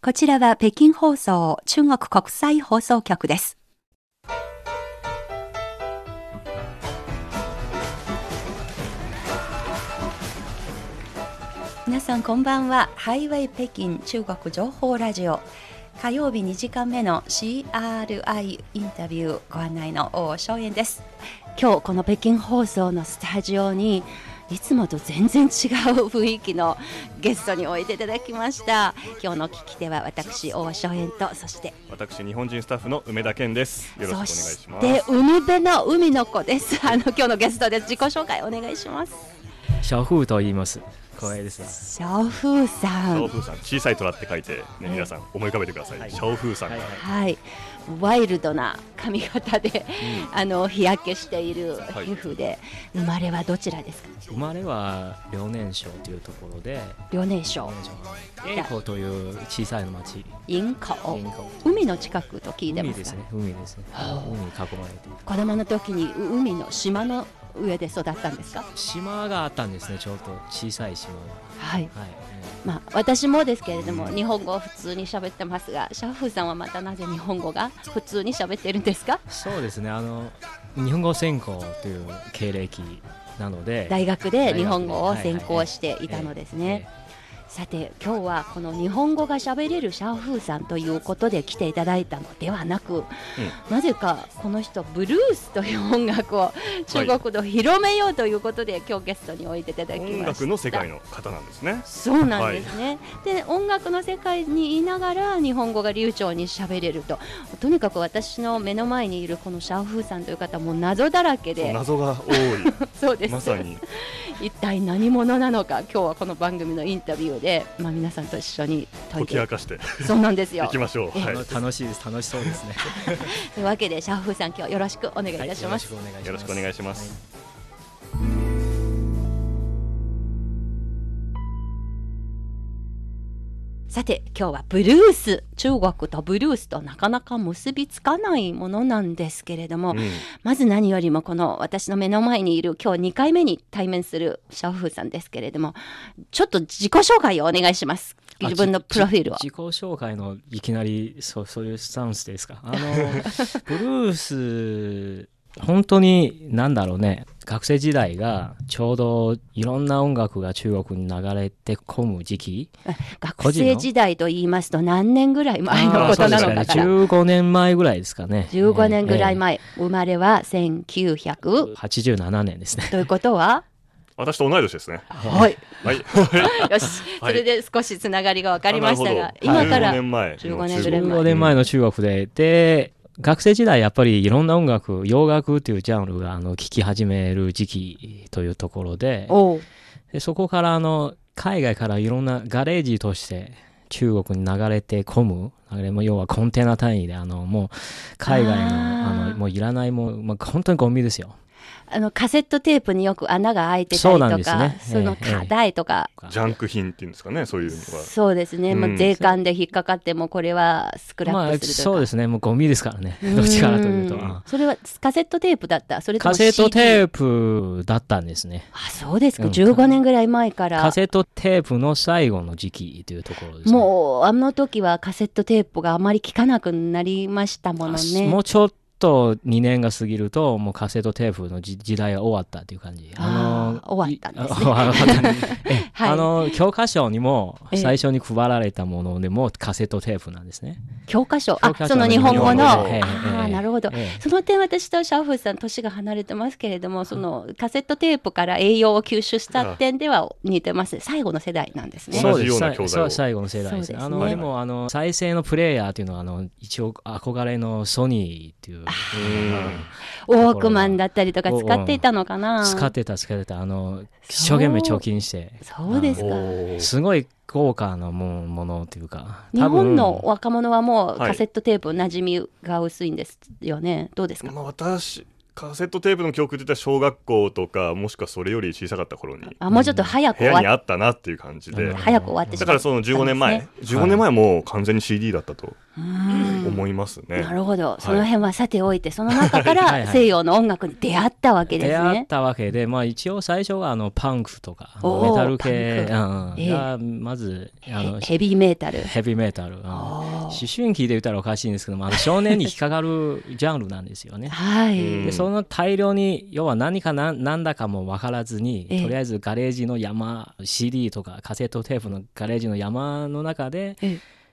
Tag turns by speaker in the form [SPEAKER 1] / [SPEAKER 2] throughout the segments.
[SPEAKER 1] こちらは北京放送中国国際放送局です。皆さんこんばんは。ハイウェイ北京中国情報ラジオ火曜日2時間目の CRI インタビューご案内の大正円です。今日この北京放送のスタジオにいつもと全然違う雰囲気のゲストにおいでいただきました今日の聞き手は私大正円とそして
[SPEAKER 2] 私日本人スタッフの梅田健ですよろしくお願いします
[SPEAKER 1] で海辺の海の子ですあの今日のゲストで自己紹介お願いします
[SPEAKER 3] 小風と言います光栄です
[SPEAKER 1] 小風さ
[SPEAKER 2] ん小風さん小さい虎って書いて、ね、ね、皆さん思い浮かべてください、はい、小風さんはい、
[SPEAKER 1] はいワイルドな髪型で、うん、あの日焼けしている皮膚で、はい、生まれはどちらですか
[SPEAKER 3] 生まれは遼寧省というところで
[SPEAKER 1] 遼寧省
[SPEAKER 3] インコという小さい町
[SPEAKER 1] インコ海の近くと聞いてます
[SPEAKER 3] 海ですね海ですね海に囲まれて
[SPEAKER 1] 子供の時に海の島の上で育ったんですか
[SPEAKER 3] 島があったんですねちょっと小さい島が
[SPEAKER 1] はい、はい、まあ、私もですけれども、日本語を普通に喋ってますが、シャフさんはまたなぜ日本語が普通に喋ってるんですか
[SPEAKER 3] そうですねあの、日本語専攻という経歴なので、
[SPEAKER 1] 大学で日本語を専攻していたのですね。さて今日はこの日本語が喋れるシャーフーさんということで来ていただいたのではなく、うん、なぜかこの人ブルースという音楽を中国で広めようということで、はい、今日ゲストにおいていただきました
[SPEAKER 2] 音楽の世界の方なんですね
[SPEAKER 1] そうなんですね、はい、で音楽の世界にいながら日本語が流暢に喋れるととにかく私の目の前にいるこのシャーフーさんという方も謎だらけで
[SPEAKER 2] 謎が多い
[SPEAKER 1] そう です
[SPEAKER 2] まさに
[SPEAKER 1] 一体何者なのか今日はこの番組のインタビューで、まあ、皆さんと一緒に
[SPEAKER 2] 解き明かして
[SPEAKER 1] そうなんですよ
[SPEAKER 2] 行きましょう、
[SPEAKER 3] はい、楽しいです楽しそうですね
[SPEAKER 1] というわけでシャーフーさん今日よろし くお願いいたします、
[SPEAKER 2] はい、よろしくお願いします、はい、
[SPEAKER 1] さて今日はブルース中国とブルースとなかなか結びつかないものなんですけれども、うん、まず何よりもこの私の目の前にいる今日2回目に対面するシャオフーさんですけれどもちょっと自己紹介をお願いします自分のプロフィールを
[SPEAKER 3] 自己紹介のいきなりそうそういうスタンスですかあの ブルース本当に何だろうね学生時代がちょうどいろんな音楽が中国に流れて込む時期
[SPEAKER 1] 学生時代と言いますと何年ぐらい前のことなのかか
[SPEAKER 3] 15年前ぐらいですかね
[SPEAKER 1] 15年ぐらい前、えー、生まれは1987
[SPEAKER 3] 年ですね
[SPEAKER 1] ということは
[SPEAKER 2] 私と同い年ですね。
[SPEAKER 1] はい。はい。よし、それで少しつながりが分かりましたが、今から
[SPEAKER 2] 15
[SPEAKER 1] 年
[SPEAKER 3] ぐらい前。15年前の中国で、で、学生時代やっぱりいろんな音楽洋楽というジャンルがあの聴き始める時期というところででそこからあの海外からいろんなガレージとして中国に流れて込むあれも要はコンテナ単位であのもう海外のあのもういらないもう、まあ、本当にゴミですよ。
[SPEAKER 1] あのカセットテープによく穴が開いてたりとか、ね、その課題とか、
[SPEAKER 2] ええ、ジャンク品っていうんですかね、そういうのが。
[SPEAKER 1] そうですね、うん、まあ、税関で引っかかって、もこれはスクラップす
[SPEAKER 3] ると、まあ、そうですね、もうゴミですからね、どっちからというと。
[SPEAKER 1] それはカセットテープだった、それ
[SPEAKER 3] カセットテープだったんですね。
[SPEAKER 1] あそうですか、うん、15年ぐらい前から。
[SPEAKER 3] カセットテープの最後の時期というところです、
[SPEAKER 1] ね、もう、あの時はカセットテープがあまり効かなくなりましたものね。
[SPEAKER 3] もうちょっと2年が過ぎるともうカセットテープの時代が終わったという感じ
[SPEAKER 1] あの終わったんです、ね、
[SPEAKER 3] あの教科書にも最初に配られたものでもカセットテープなんですね
[SPEAKER 1] 教科書あその日本語の、えー、あなるほど、えー、その点私とシャオフさん年が離れてますけれどもそのカセットテープから栄養を吸収した点では似てます最後の世代なんですね
[SPEAKER 2] そうです
[SPEAKER 3] 最後の世代です、ね、あのでもあの再生のプレイヤーというのはあの一応憧れのソニーという
[SPEAKER 1] ウォークマンだったりとか使っていたのかな
[SPEAKER 3] 使ってた使ってたあの一生懸命貯金して
[SPEAKER 1] そうですか
[SPEAKER 3] すごい豪華なもものというか
[SPEAKER 1] 日本の若者はもうカセットテープなじみが薄いんですよね、はい、どうですか、
[SPEAKER 2] まあ、私カセットテープの記憶って言ったら小学校とかもしくはそれより小さかった頃に
[SPEAKER 1] あもうちょっと早く
[SPEAKER 2] 部屋にあったなっていう感じで
[SPEAKER 1] 早く終わって
[SPEAKER 2] だからその15年前、ね、15年前も完全に CD だったと
[SPEAKER 1] うん
[SPEAKER 2] 思いますね。
[SPEAKER 1] なるほど、その辺はさておいて、その中か
[SPEAKER 3] はいは
[SPEAKER 1] ら
[SPEAKER 3] い
[SPEAKER 1] 西洋の音楽に出会ったわけで
[SPEAKER 3] 出
[SPEAKER 1] す
[SPEAKER 3] 会っ
[SPEAKER 1] ね。
[SPEAKER 3] たわけで、まあ、一応最初はあのパンクとかあの
[SPEAKER 1] おー
[SPEAKER 3] メタル系
[SPEAKER 1] パ
[SPEAKER 3] うん
[SPEAKER 1] ええ
[SPEAKER 3] がまずあの
[SPEAKER 1] へヘビーメータル。
[SPEAKER 3] ヘビーメタル、うん思
[SPEAKER 1] おー
[SPEAKER 3] 春期で言ったらおかしいんですけどもあの少年に引っかかるジャンルなんです よね。
[SPEAKER 1] はい、
[SPEAKER 2] うん
[SPEAKER 3] でその大量に要は何かな何だかも分からずに
[SPEAKER 1] ええ
[SPEAKER 3] とりあえずガレージの山 CD とかカセットテープのガレージの山の中で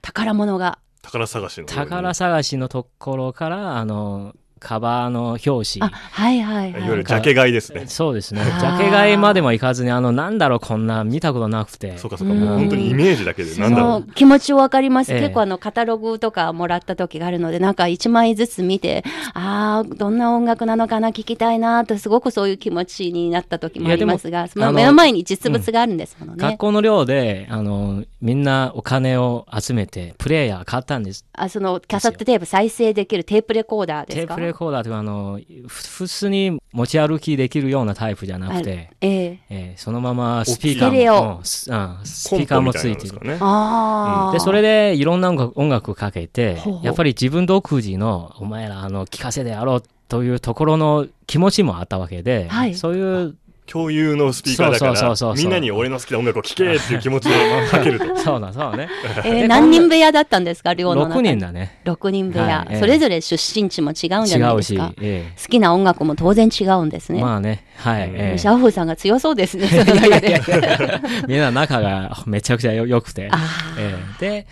[SPEAKER 1] 宝物が。
[SPEAKER 2] 宝探しのように。
[SPEAKER 3] 宝探しのところからあのカバーの表
[SPEAKER 1] あ、
[SPEAKER 3] 紙
[SPEAKER 1] はいはい
[SPEAKER 2] い
[SPEAKER 1] はい。
[SPEAKER 2] わゆるジャケ買いですね。
[SPEAKER 3] そうですね
[SPEAKER 1] あ
[SPEAKER 3] ジ
[SPEAKER 1] ー
[SPEAKER 3] ャケ買いまでもいかずにあのなんだろうこんな見たことなくて
[SPEAKER 2] そうかそうか、もう本当にイメージだけで、
[SPEAKER 1] そ
[SPEAKER 2] なんだろう
[SPEAKER 1] の。気持ちをわかります、
[SPEAKER 3] ええ
[SPEAKER 1] 結構あのカタログとかもらった時があるのでなんか1枚ずつ見てああどんな音楽なのかな聞きたいなとすごくそういう気持ちになった時もありますがまあ
[SPEAKER 3] あの
[SPEAKER 1] 目の前に実物があるんですものね、
[SPEAKER 3] 学校の寮であのみんなお金を集めてプレイヤー買ったんです
[SPEAKER 1] あそのキャサットテープ再生できるテープレコーダーです
[SPEAKER 3] テー
[SPEAKER 1] か
[SPEAKER 3] プレコーダーというかあのふ普通に持ち歩きできるようなタイプじゃなくて、
[SPEAKER 1] ええ
[SPEAKER 3] えーそのままスピーカ
[SPEAKER 1] ステレ
[SPEAKER 3] ー
[SPEAKER 1] オ
[SPEAKER 3] も、うんすうんス
[SPEAKER 2] コ
[SPEAKER 3] ピー
[SPEAKER 2] ン
[SPEAKER 3] カー
[SPEAKER 2] ポ
[SPEAKER 3] も
[SPEAKER 2] みた
[SPEAKER 3] つ
[SPEAKER 2] いないん
[SPEAKER 3] て
[SPEAKER 2] です
[SPEAKER 3] る
[SPEAKER 2] かね。
[SPEAKER 1] ああ
[SPEAKER 3] でそれでいろんな音楽音楽かけて
[SPEAKER 1] ほうほう
[SPEAKER 3] やっぱり自分独自のお前らあの聞かせてやろうというところの気持ちもあったわけで、
[SPEAKER 1] はい
[SPEAKER 3] そういう
[SPEAKER 2] 共有のスピーカーだか
[SPEAKER 3] そうそうそうそ
[SPEAKER 2] ら、
[SPEAKER 3] う
[SPEAKER 2] みんなに俺の好きな音楽を聴けっていう気持ちで かけると。
[SPEAKER 3] そうだそうだ ね
[SPEAKER 1] えー何人部屋だったんですか寮の中
[SPEAKER 3] 6
[SPEAKER 1] に
[SPEAKER 3] 人だね
[SPEAKER 1] 6人部屋、
[SPEAKER 3] はいええ
[SPEAKER 1] それぞれ出身地も違うんじゃ
[SPEAKER 3] 違
[SPEAKER 1] ないで
[SPEAKER 3] う
[SPEAKER 1] す
[SPEAKER 3] し
[SPEAKER 1] か、
[SPEAKER 3] え
[SPEAKER 1] 好きな音楽も当然違うんです
[SPEAKER 3] え
[SPEAKER 1] ね、
[SPEAKER 3] まあねはい、
[SPEAKER 2] うん
[SPEAKER 3] ええ
[SPEAKER 1] シャ ッフーさんが強そうですねその中で
[SPEAKER 3] みんな仲がめちゃくちゃよ良くて、
[SPEAKER 1] あ
[SPEAKER 3] ええで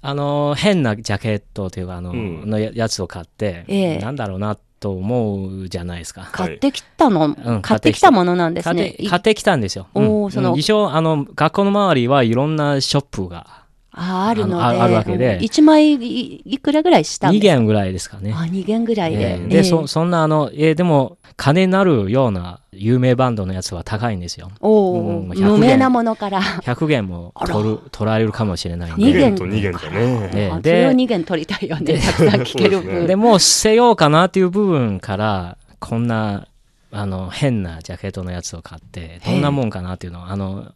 [SPEAKER 3] あの変なジャケットというかあの,、
[SPEAKER 2] うん
[SPEAKER 3] のややつを買って、
[SPEAKER 1] ええ
[SPEAKER 3] なんだろうなと思うじゃないですか。
[SPEAKER 1] 買ってきたの、
[SPEAKER 3] ん
[SPEAKER 1] 買ってきたものなんです
[SPEAKER 3] 買っ
[SPEAKER 1] ね。
[SPEAKER 3] て買ってきたんですよ。うん
[SPEAKER 1] おーその
[SPEAKER 3] うん一応あの学校の周りはいろんなショップが
[SPEAKER 1] ああるので
[SPEAKER 3] あのああるわけで
[SPEAKER 1] 1枚いいくらぐらいしたん
[SPEAKER 3] 2
[SPEAKER 1] です
[SPEAKER 3] 軒ぐらいですかね。
[SPEAKER 1] あ2元ぐらいで。
[SPEAKER 3] ええ
[SPEAKER 1] ええ
[SPEAKER 3] でそそんなあの、ええでも金になるような有名バンドのやつは高いんですよ。
[SPEAKER 1] おうおう、
[SPEAKER 3] うん
[SPEAKER 1] 無名なものから。
[SPEAKER 3] 100元も取る取られるかもしれないんで。
[SPEAKER 1] 二
[SPEAKER 2] 2
[SPEAKER 1] 弦
[SPEAKER 2] 弦と2弦だね。
[SPEAKER 3] ええ
[SPEAKER 1] あそ
[SPEAKER 3] で
[SPEAKER 1] れを2元取りたいよ ね。たくさん聞ける
[SPEAKER 2] そうです
[SPEAKER 1] 分。
[SPEAKER 2] ね
[SPEAKER 3] でもう捨てようかなっていう部分からこんなあの変なジャケットのやつを買ってどんなもんかなっていうのをあの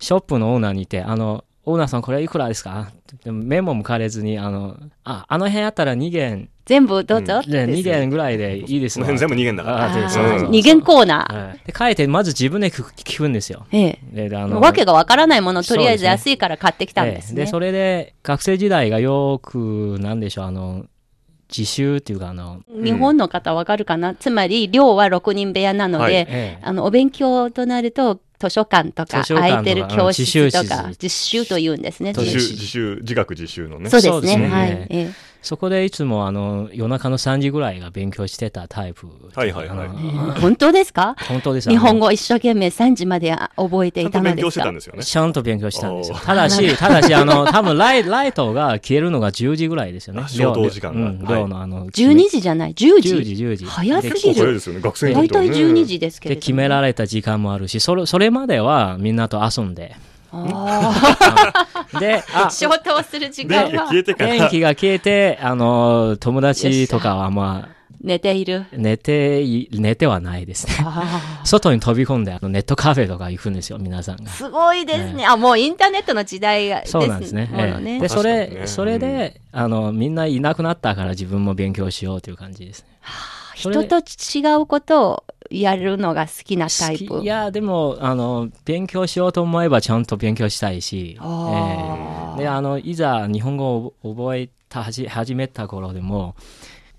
[SPEAKER 3] ショップのオーナーにいて「あのオーナーさんこれいくらですか?」でもメモもかれずに「あのああの辺あったら2元
[SPEAKER 1] 全部どうぞ、
[SPEAKER 3] で2元ぐらいでいいです
[SPEAKER 2] その
[SPEAKER 3] わ」
[SPEAKER 2] 辺全部2弦だから。
[SPEAKER 3] あでそうそうそう
[SPEAKER 1] 2元コーナー。
[SPEAKER 3] はいで書いてまず自分で聞く聞くんですよ。
[SPEAKER 1] ええ
[SPEAKER 3] でであ
[SPEAKER 1] もう訳がわからないものとりあえず
[SPEAKER 3] そうです
[SPEAKER 1] 安いから買ってきたんです
[SPEAKER 3] ええ
[SPEAKER 1] ね。
[SPEAKER 3] それで学生時代がよくなんでしょうあの自習っていうかあの、
[SPEAKER 1] 日本の方わかるかな、つまり寮は6人部屋なので、
[SPEAKER 2] はい
[SPEAKER 3] ええ
[SPEAKER 1] あのお勉強となると図書館とか
[SPEAKER 3] 図書館とか
[SPEAKER 1] 空いてる教室とか
[SPEAKER 3] うん
[SPEAKER 1] 実習というんですね。
[SPEAKER 3] 自
[SPEAKER 2] 自
[SPEAKER 3] 習
[SPEAKER 2] 習、自習、自学自習のね。
[SPEAKER 1] そうで
[SPEAKER 3] そ
[SPEAKER 1] す
[SPEAKER 3] うです
[SPEAKER 1] ね。
[SPEAKER 3] ね
[SPEAKER 1] はい。え
[SPEAKER 3] そこでいつもあの夜中の3時ぐらいが勉強してたタイプ。
[SPEAKER 2] はいはいはい
[SPEAKER 3] あの
[SPEAKER 1] え本当ですか
[SPEAKER 3] 本当です
[SPEAKER 1] 日本
[SPEAKER 3] 語
[SPEAKER 1] 語を一生懸命3時まで覚えて
[SPEAKER 2] ちゃ
[SPEAKER 1] い
[SPEAKER 2] んと
[SPEAKER 1] たの
[SPEAKER 2] 勉
[SPEAKER 1] で
[SPEAKER 2] 強
[SPEAKER 1] す
[SPEAKER 2] してたん
[SPEAKER 1] か
[SPEAKER 2] ですよね。
[SPEAKER 3] ちゃんと勉強したんですよ
[SPEAKER 2] お。ー
[SPEAKER 3] ただ し、ただし、あの、多分ライライトが消えるのが10時ぐらいですよね
[SPEAKER 2] あ。消灯時間が
[SPEAKER 3] うん
[SPEAKER 2] はい
[SPEAKER 3] 寮のあの、
[SPEAKER 1] 12時じゃない10
[SPEAKER 3] 10
[SPEAKER 1] 時
[SPEAKER 3] 時、10時。
[SPEAKER 1] 早すぎる
[SPEAKER 2] 結構
[SPEAKER 3] で
[SPEAKER 2] 早いですよね、学生にとっ
[SPEAKER 1] 大
[SPEAKER 2] ては
[SPEAKER 1] 体
[SPEAKER 2] ね。
[SPEAKER 1] 12時ですけれ
[SPEAKER 3] で、
[SPEAKER 1] ども
[SPEAKER 3] 決められた時間もあるし、それ、それまではみんなと遊 んで。
[SPEAKER 1] あ
[SPEAKER 3] で、あ
[SPEAKER 1] ー、消灯する時
[SPEAKER 2] 電
[SPEAKER 1] 間
[SPEAKER 2] 気が消
[SPEAKER 1] は
[SPEAKER 2] えてから。
[SPEAKER 3] 電気が消えて、あの、友達とかはまあ、
[SPEAKER 1] 寝ている
[SPEAKER 3] 寝てい、寝てはないですね。
[SPEAKER 1] あ
[SPEAKER 3] 外に飛び込んで、あの、ネットカフェとか行くんですよ、皆さんが
[SPEAKER 1] ー。すごいですねあもうインターネットの時代が
[SPEAKER 3] そうなんですね。
[SPEAKER 1] もの
[SPEAKER 3] ええ
[SPEAKER 1] ね
[SPEAKER 3] で、それ、
[SPEAKER 2] 確かにね
[SPEAKER 3] それで、あの、みんないなくなったから自分も勉強しようという感じですね。それ
[SPEAKER 1] 人と違うことをやるのが好きなタイ
[SPEAKER 3] 好
[SPEAKER 1] プ
[SPEAKER 3] きいや、でも、あの、勉強しようと思えばちゃんと勉強したいし、
[SPEAKER 1] あ
[SPEAKER 3] ええで、あの、いざ日本語を覚えた、はじ始めた頃でも、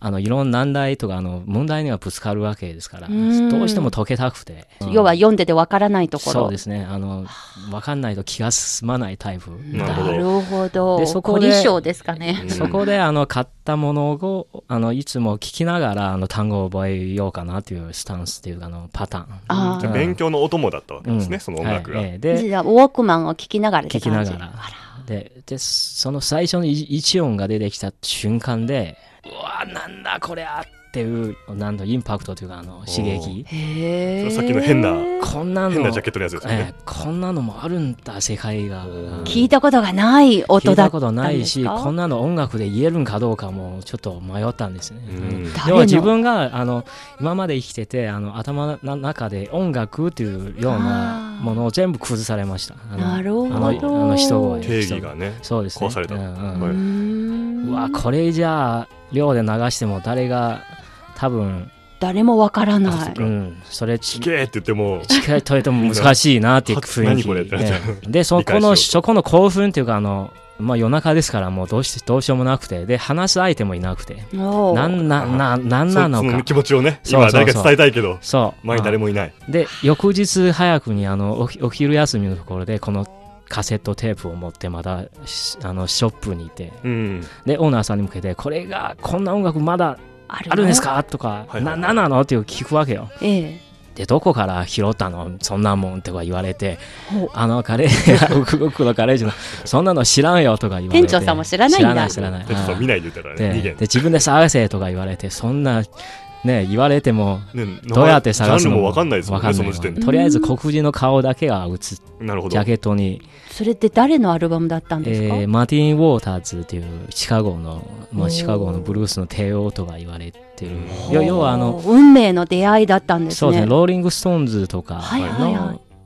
[SPEAKER 3] あの、いろんな難題とか、あの、問題にはぶつかるわけですから、
[SPEAKER 1] うん
[SPEAKER 3] どうしても解けたくて。
[SPEAKER 1] 要は読んでてわからないところ
[SPEAKER 3] そうですね。あの、わかんないと気が進まないタイプ。
[SPEAKER 2] なるほど
[SPEAKER 1] なるほど
[SPEAKER 3] でそ
[SPEAKER 1] 凝
[SPEAKER 3] こで
[SPEAKER 1] り性ですかね
[SPEAKER 3] そこであの買ったものをあのいつも聞きながらあの単語を覚えようかなというスタンスというかあのパターン。
[SPEAKER 1] あ
[SPEAKER 2] じゃあ
[SPEAKER 1] ー
[SPEAKER 2] 勉強のお供だったわけですね、
[SPEAKER 3] うん
[SPEAKER 2] その音楽が。
[SPEAKER 3] はいええで
[SPEAKER 1] じゃあウォークマンを聞きながらって
[SPEAKER 3] 聞きな
[SPEAKER 1] 感じ
[SPEAKER 3] がら。ででその最初のい一音が出てきた瞬間でうわなんだこれゃっていうなんとインパクトというかあの刺激。
[SPEAKER 1] へ
[SPEAKER 2] そ
[SPEAKER 1] え
[SPEAKER 2] れさっきの変な
[SPEAKER 3] こんなの
[SPEAKER 2] 変なジャケットのやつですよ
[SPEAKER 3] え
[SPEAKER 2] ね。
[SPEAKER 3] えこんなのもあるんだ世界が。うん
[SPEAKER 1] 聞いたことがない
[SPEAKER 3] 聞
[SPEAKER 1] 音だ
[SPEAKER 3] いた
[SPEAKER 1] った
[SPEAKER 3] こ
[SPEAKER 1] んですか
[SPEAKER 3] とないしこんなの音楽で言えるんかどうかもちょっと迷ったんですね。
[SPEAKER 2] うん
[SPEAKER 1] 誰
[SPEAKER 3] 要
[SPEAKER 1] の
[SPEAKER 3] は自分があの今まで生きててあの頭の中で音楽っていうような
[SPEAKER 1] あー
[SPEAKER 3] ものを全部崩されました。あの
[SPEAKER 1] なるほど
[SPEAKER 3] あのあの人声
[SPEAKER 2] 定義がね。
[SPEAKER 3] そうですね。
[SPEAKER 2] 壊された
[SPEAKER 3] うんうん
[SPEAKER 2] はい
[SPEAKER 1] ー
[SPEAKER 2] う
[SPEAKER 1] ん
[SPEAKER 3] うわこれじゃあ寮で流しても誰が多分、
[SPEAKER 1] 誰もわから
[SPEAKER 2] あ
[SPEAKER 1] な
[SPEAKER 2] そ
[SPEAKER 1] い
[SPEAKER 2] っ
[SPEAKER 3] う
[SPEAKER 2] か
[SPEAKER 3] ん、それ
[SPEAKER 2] ちけーって言っても
[SPEAKER 3] 近いとれても難しいなっていう雰囲気
[SPEAKER 2] 何これってなっちゃう
[SPEAKER 3] え えでそこ
[SPEAKER 2] 理解
[SPEAKER 3] の
[SPEAKER 2] しよう
[SPEAKER 3] そこの興奮っていうかあの、まあ、夜中ですからもうどうしどうしようもなくてで話す相手もいなくて
[SPEAKER 1] おー
[SPEAKER 3] なんなななんなの
[SPEAKER 2] そそ
[SPEAKER 3] か
[SPEAKER 2] 気持ちをね
[SPEAKER 3] そうそう
[SPEAKER 2] 今
[SPEAKER 3] そう
[SPEAKER 2] 誰か伝えたいけど
[SPEAKER 3] そう
[SPEAKER 2] 前に誰もいない
[SPEAKER 3] で翌日早くにあのおひお昼休みのところでこのカセットテープを持ってまたしあのショップにいて
[SPEAKER 2] うん
[SPEAKER 3] でオーナーさんに向けてこれがこんな音楽まだ
[SPEAKER 1] あるの
[SPEAKER 3] あるんですかとか
[SPEAKER 2] はいはい
[SPEAKER 3] ななんなのっていう聞くわけよ
[SPEAKER 1] ええ
[SPEAKER 3] でどこから拾ったのそんなもんとか言われて
[SPEAKER 1] ほう
[SPEAKER 3] あのカレーウクウクのカレー じゃないそんなの知らんよとか言われて
[SPEAKER 1] 店長さんも知らないんだ
[SPEAKER 3] 知らない知らな
[SPEAKER 2] 店
[SPEAKER 3] い
[SPEAKER 2] 長さん見ないで言ったらね
[SPEAKER 3] で
[SPEAKER 2] 逃げ
[SPEAKER 3] で自分で探せとか言われてそんなね言われても
[SPEAKER 2] ね
[SPEAKER 3] どうやって探
[SPEAKER 2] ジャ
[SPEAKER 3] すの
[SPEAKER 2] ンルもわかんないですもん
[SPEAKER 3] わ
[SPEAKER 2] ね
[SPEAKER 3] か
[SPEAKER 2] そ
[SPEAKER 3] んな
[SPEAKER 2] の
[SPEAKER 3] い
[SPEAKER 2] 時点で
[SPEAKER 3] とりあえず黒人の顔だけが映っ
[SPEAKER 2] なるほ
[SPEAKER 3] ジ
[SPEAKER 2] ど
[SPEAKER 3] ャケットに、
[SPEAKER 1] それって誰のアルバムだったんですか、
[SPEAKER 3] えーマーティン・ウォーターズというシカゴの、
[SPEAKER 1] お
[SPEAKER 3] ま
[SPEAKER 1] ー
[SPEAKER 3] あ、シカゴのブルースの帝王とか言われてる
[SPEAKER 2] ほ
[SPEAKER 3] 要要はあの
[SPEAKER 1] おー運命の出会いだったんですね
[SPEAKER 3] そうですねローリング・ストーンズとか
[SPEAKER 1] はいはいは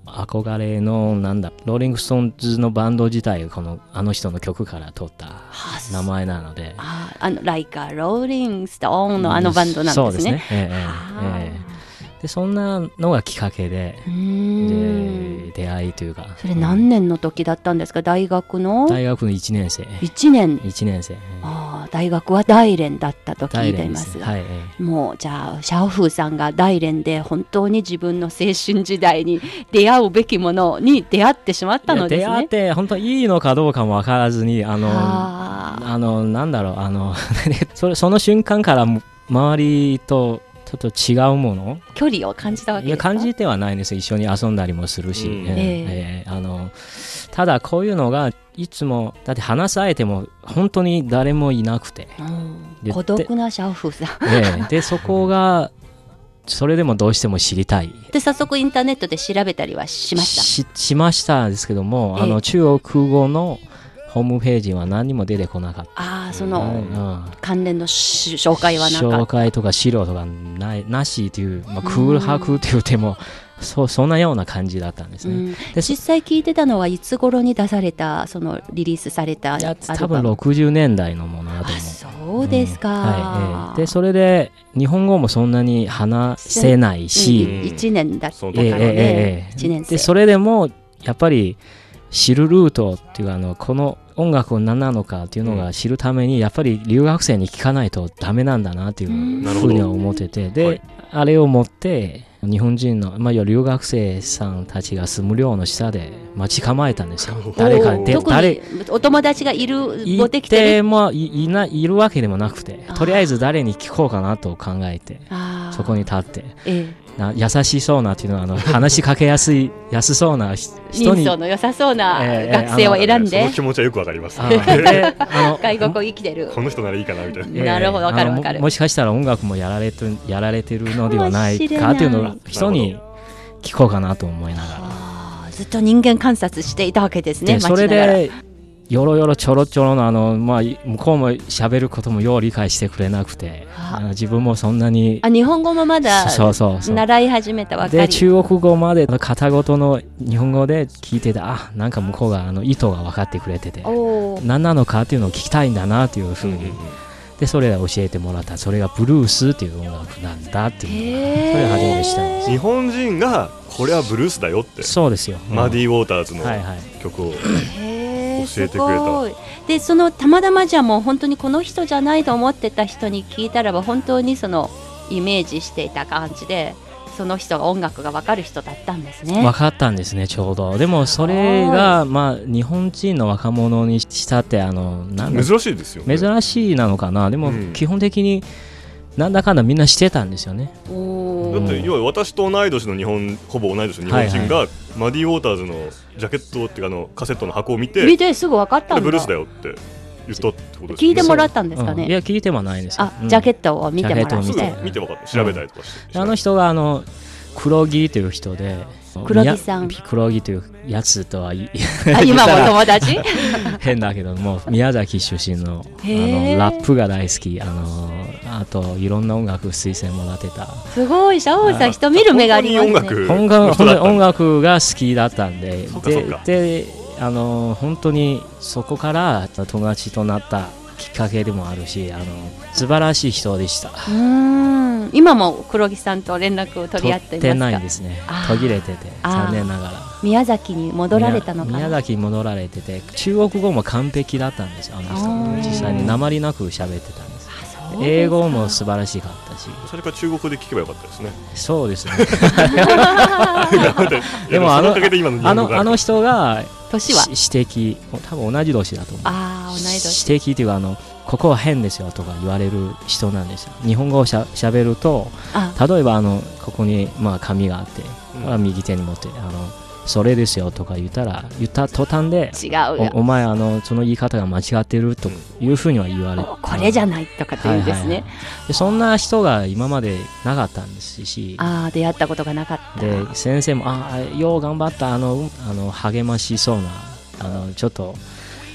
[SPEAKER 3] の憧れのなんだローリング・ストーンズのバンド自体このあの人の曲から取った
[SPEAKER 1] あ
[SPEAKER 3] 名前なので
[SPEAKER 1] ああの「Like a Rolling Stone」のあのバンドなんですね。
[SPEAKER 3] そうですね、ええ
[SPEAKER 1] あ
[SPEAKER 3] ええでそんなのがきっかけで
[SPEAKER 1] ーうーん
[SPEAKER 3] で出会いというか
[SPEAKER 1] それ何年の時だったんですか大学の
[SPEAKER 3] 大学の1年生
[SPEAKER 1] 1年
[SPEAKER 3] 1年生
[SPEAKER 1] あー大学は大連だったと聞いてい
[SPEAKER 3] で
[SPEAKER 1] ますが、
[SPEAKER 3] はいええ
[SPEAKER 1] もうじゃあシャオフーさんが大連で本当に自分の青春時代に出会うべきものに出会ってしまったので
[SPEAKER 3] い
[SPEAKER 1] す
[SPEAKER 3] や出会っ
[SPEAKER 1] ね。
[SPEAKER 3] て本当いいのかどうかも分からずにあのあ
[SPEAKER 1] あー
[SPEAKER 3] のなんだろうあの それその瞬間からも周りとちょっと違うもの
[SPEAKER 1] 距離を感じたわけ
[SPEAKER 3] い
[SPEAKER 1] です
[SPEAKER 3] や
[SPEAKER 1] か
[SPEAKER 3] 感じてはないんですよ一緒に遊んだりもするし、
[SPEAKER 2] うん
[SPEAKER 3] ええええあのただこういうのがいつもだって話す相手も本当に誰もいなくて、
[SPEAKER 1] うん
[SPEAKER 3] で
[SPEAKER 1] 孤独なシャオフーさん。
[SPEAKER 3] ええでそこがそれでもどうしても知りたい
[SPEAKER 1] で早速インターネットで調べたりはしまし
[SPEAKER 3] ししましたですけども、
[SPEAKER 1] え
[SPEAKER 3] あ
[SPEAKER 1] え。
[SPEAKER 3] の中国語のホームページは何も出てこなかった、
[SPEAKER 1] ああそうの、
[SPEAKER 3] うん、
[SPEAKER 1] 関連のし紹介はなか
[SPEAKER 3] 紹
[SPEAKER 1] った。
[SPEAKER 3] 介とか資料とかないなしという、まあ、空白というても、そうそんなような感じだったんです
[SPEAKER 1] う
[SPEAKER 3] ね。
[SPEAKER 1] ん、
[SPEAKER 3] でそ
[SPEAKER 1] 実際聞いてたのはいつ頃に出されたそのリリースされたア
[SPEAKER 3] いや
[SPEAKER 1] ルバム
[SPEAKER 3] 多分60年代のものだと
[SPEAKER 1] あ
[SPEAKER 3] 思う。
[SPEAKER 1] そうですか、
[SPEAKER 3] はいええでそれで日本語もそんなに話せない
[SPEAKER 1] うん
[SPEAKER 3] し、
[SPEAKER 2] ん
[SPEAKER 1] 一年だった
[SPEAKER 2] そ
[SPEAKER 1] から
[SPEAKER 2] の時
[SPEAKER 1] ね
[SPEAKER 2] はね、
[SPEAKER 3] ええええええ
[SPEAKER 1] 一年生
[SPEAKER 3] でそれでもやっぱり知るルートっていうかあのこの音楽を何なのかっていうのが知るためにやっぱり留学生に聞かないとダメなんだなっていう
[SPEAKER 1] うん
[SPEAKER 2] なる
[SPEAKER 3] ふ
[SPEAKER 2] ほ
[SPEAKER 3] うには
[SPEAKER 2] ど
[SPEAKER 3] 思っててで、
[SPEAKER 2] はい
[SPEAKER 3] あれを持って日本人の、まあ、要は留学生さんたちが住む寮の下で待ち構えたんですよ
[SPEAKER 2] おー
[SPEAKER 3] 誰か
[SPEAKER 2] おー
[SPEAKER 3] で
[SPEAKER 1] 特
[SPEAKER 3] 誰
[SPEAKER 1] にお友達がいる
[SPEAKER 3] い
[SPEAKER 1] ごできて
[SPEAKER 3] て
[SPEAKER 1] る
[SPEAKER 3] もいいないるわけでもなくて
[SPEAKER 1] あー
[SPEAKER 3] とりあえず誰に聞こうかなと考えて
[SPEAKER 1] あー
[SPEAKER 3] そこに立って
[SPEAKER 1] え
[SPEAKER 3] な優しそうなっていうのはあの話しかけやすい安そうなひ
[SPEAKER 1] え
[SPEAKER 3] 人
[SPEAKER 1] 人
[SPEAKER 3] に
[SPEAKER 1] 相の良さそうな
[SPEAKER 3] ええ
[SPEAKER 1] 学生を選ん
[SPEAKER 2] その
[SPEAKER 1] で
[SPEAKER 2] 気持ちはよくわかります
[SPEAKER 3] あー であの
[SPEAKER 1] 外国を生きてる
[SPEAKER 2] この人ならいいかなみたいな
[SPEAKER 3] えー
[SPEAKER 1] なるほどわかる
[SPEAKER 3] あの
[SPEAKER 1] わかる
[SPEAKER 3] ももしかしたら音楽もやられてやられてるのではない
[SPEAKER 1] か
[SPEAKER 3] か
[SPEAKER 1] もし
[SPEAKER 3] とい
[SPEAKER 1] れな
[SPEAKER 3] う
[SPEAKER 1] い
[SPEAKER 3] のを人に聞こうかなと思いながら。
[SPEAKER 1] あーずっと人間観察していたわけですね
[SPEAKER 3] でそれ
[SPEAKER 1] 街ながら
[SPEAKER 3] でよろよろちょろちょろのあの、まあ、向こうも喋ることもよう理解してくれなくて
[SPEAKER 1] あ
[SPEAKER 3] あの自分もそんなに
[SPEAKER 1] あ日本語もまだ
[SPEAKER 3] そうそうそう
[SPEAKER 1] 習い始めたばか
[SPEAKER 3] で
[SPEAKER 1] り
[SPEAKER 3] 中国語まで片言の日本語で聞いててあなんか向こうがあの意図が分かってくれてて
[SPEAKER 1] おー
[SPEAKER 3] 何なのかっていうのを聞きたいんだなっていうふうに、でそれら教えてもらったそれがブルースっていう音楽なんだっていうの
[SPEAKER 1] へー
[SPEAKER 3] がそれを初めて知ったんです
[SPEAKER 2] 日本人がこれはブルースだよって
[SPEAKER 3] そうですよ、
[SPEAKER 2] マデ
[SPEAKER 3] ィ
[SPEAKER 2] ィ・ウォーターズの
[SPEAKER 3] はいはい
[SPEAKER 2] 曲を、
[SPEAKER 1] へー
[SPEAKER 2] 教えてくれた
[SPEAKER 1] すごいでそのたまたまじゃもう本当にこの人じゃないと思ってた人に聞いたらば本当にそのイメージしていた感じでその人が音楽が分かる人だったんですね
[SPEAKER 3] 分かったんですねちょうどでもそれがまあ日本人の若者にしたってあのなんだ
[SPEAKER 2] 珍しいですよ、ね、
[SPEAKER 3] 珍しいなのかなでも
[SPEAKER 2] うん
[SPEAKER 3] 基本的になんだかんだみんなしてたんですよね、
[SPEAKER 1] お
[SPEAKER 2] だっ
[SPEAKER 1] ー
[SPEAKER 2] て要は私と同い年の日本ほぼ同い年の日本人が、マディ・ウォーターズのジャケットっていうかあのカセットの箱を見て
[SPEAKER 1] 見てすぐ分かったん
[SPEAKER 2] これ
[SPEAKER 1] だ
[SPEAKER 2] ブルースだよって言ったってことです
[SPEAKER 1] 聞いてもら
[SPEAKER 2] っ
[SPEAKER 1] ったんですか
[SPEAKER 3] うんい
[SPEAKER 1] ね、
[SPEAKER 3] や聞いてはないんですよ
[SPEAKER 1] あ、ジャケッ
[SPEAKER 3] ト
[SPEAKER 1] トを見てもらっ
[SPEAKER 3] ジャケットを
[SPEAKER 2] す
[SPEAKER 1] て
[SPEAKER 2] ぐ
[SPEAKER 3] 見
[SPEAKER 2] 見て分かった調べたりとかして、
[SPEAKER 3] あの人があの黒木という人で
[SPEAKER 1] 黒木さん
[SPEAKER 3] 宮黒木というやつとは言い
[SPEAKER 1] あ今も友達
[SPEAKER 3] 変だけども宮崎出身のあ
[SPEAKER 1] へー
[SPEAKER 3] のラップが大好きあのあといろんな音楽推薦もらってた
[SPEAKER 1] すごいシャオンさん人見る目がありますね
[SPEAKER 2] 本当に音楽の人だ
[SPEAKER 3] 音楽
[SPEAKER 2] ったんだ
[SPEAKER 3] 音楽が好きだったんで
[SPEAKER 2] そっかそっ
[SPEAKER 3] で
[SPEAKER 2] か
[SPEAKER 3] であの本当にそこから友達となったきっかけでもあるしあの素晴らしい人でした
[SPEAKER 1] うん今も黒木さんと連絡を取り合っていますか
[SPEAKER 3] 取ってないんですね
[SPEAKER 1] あー
[SPEAKER 3] 途切れてて
[SPEAKER 1] あー
[SPEAKER 3] 残念ながら
[SPEAKER 1] 宮崎に戻られたのか
[SPEAKER 3] 宮
[SPEAKER 1] な
[SPEAKER 3] 宮崎に戻られてて中国語も完璧だったんですよあの
[SPEAKER 1] あー
[SPEAKER 3] 人実際に鉛なく喋ってたんです
[SPEAKER 1] あそうですか
[SPEAKER 3] 英語も素晴らしかったし
[SPEAKER 2] それか中国語で聞けばよかったですね。
[SPEAKER 3] そうですね
[SPEAKER 2] で
[SPEAKER 3] でもあ
[SPEAKER 2] その
[SPEAKER 3] の
[SPEAKER 2] おかげで今の日 本
[SPEAKER 3] あ
[SPEAKER 2] 語
[SPEAKER 3] の
[SPEAKER 2] が
[SPEAKER 3] あの人が
[SPEAKER 1] 年は
[SPEAKER 3] し指摘多分同じ年だと思う
[SPEAKER 1] ああ同い年
[SPEAKER 3] 指摘っていうかあのここは変ですよとか言われる人なんですよ日本語をしゃべると
[SPEAKER 1] あ
[SPEAKER 3] 例えばあのここにまあ紙があって、
[SPEAKER 2] うん
[SPEAKER 3] まあ右手に持ってあのそれですよとか言ったら言った途端で
[SPEAKER 1] 違うよ
[SPEAKER 3] おお前あのその言い方が間違ってるというふうには言われ
[SPEAKER 1] おこれじゃ
[SPEAKER 3] ん
[SPEAKER 1] ないとかっていうんですね、
[SPEAKER 3] でそんな人が今までなかったんですし
[SPEAKER 1] ああ出会ったことがなかった
[SPEAKER 3] で先生も「ああよう頑張ったあのうんあの励ましそうなあのちょっと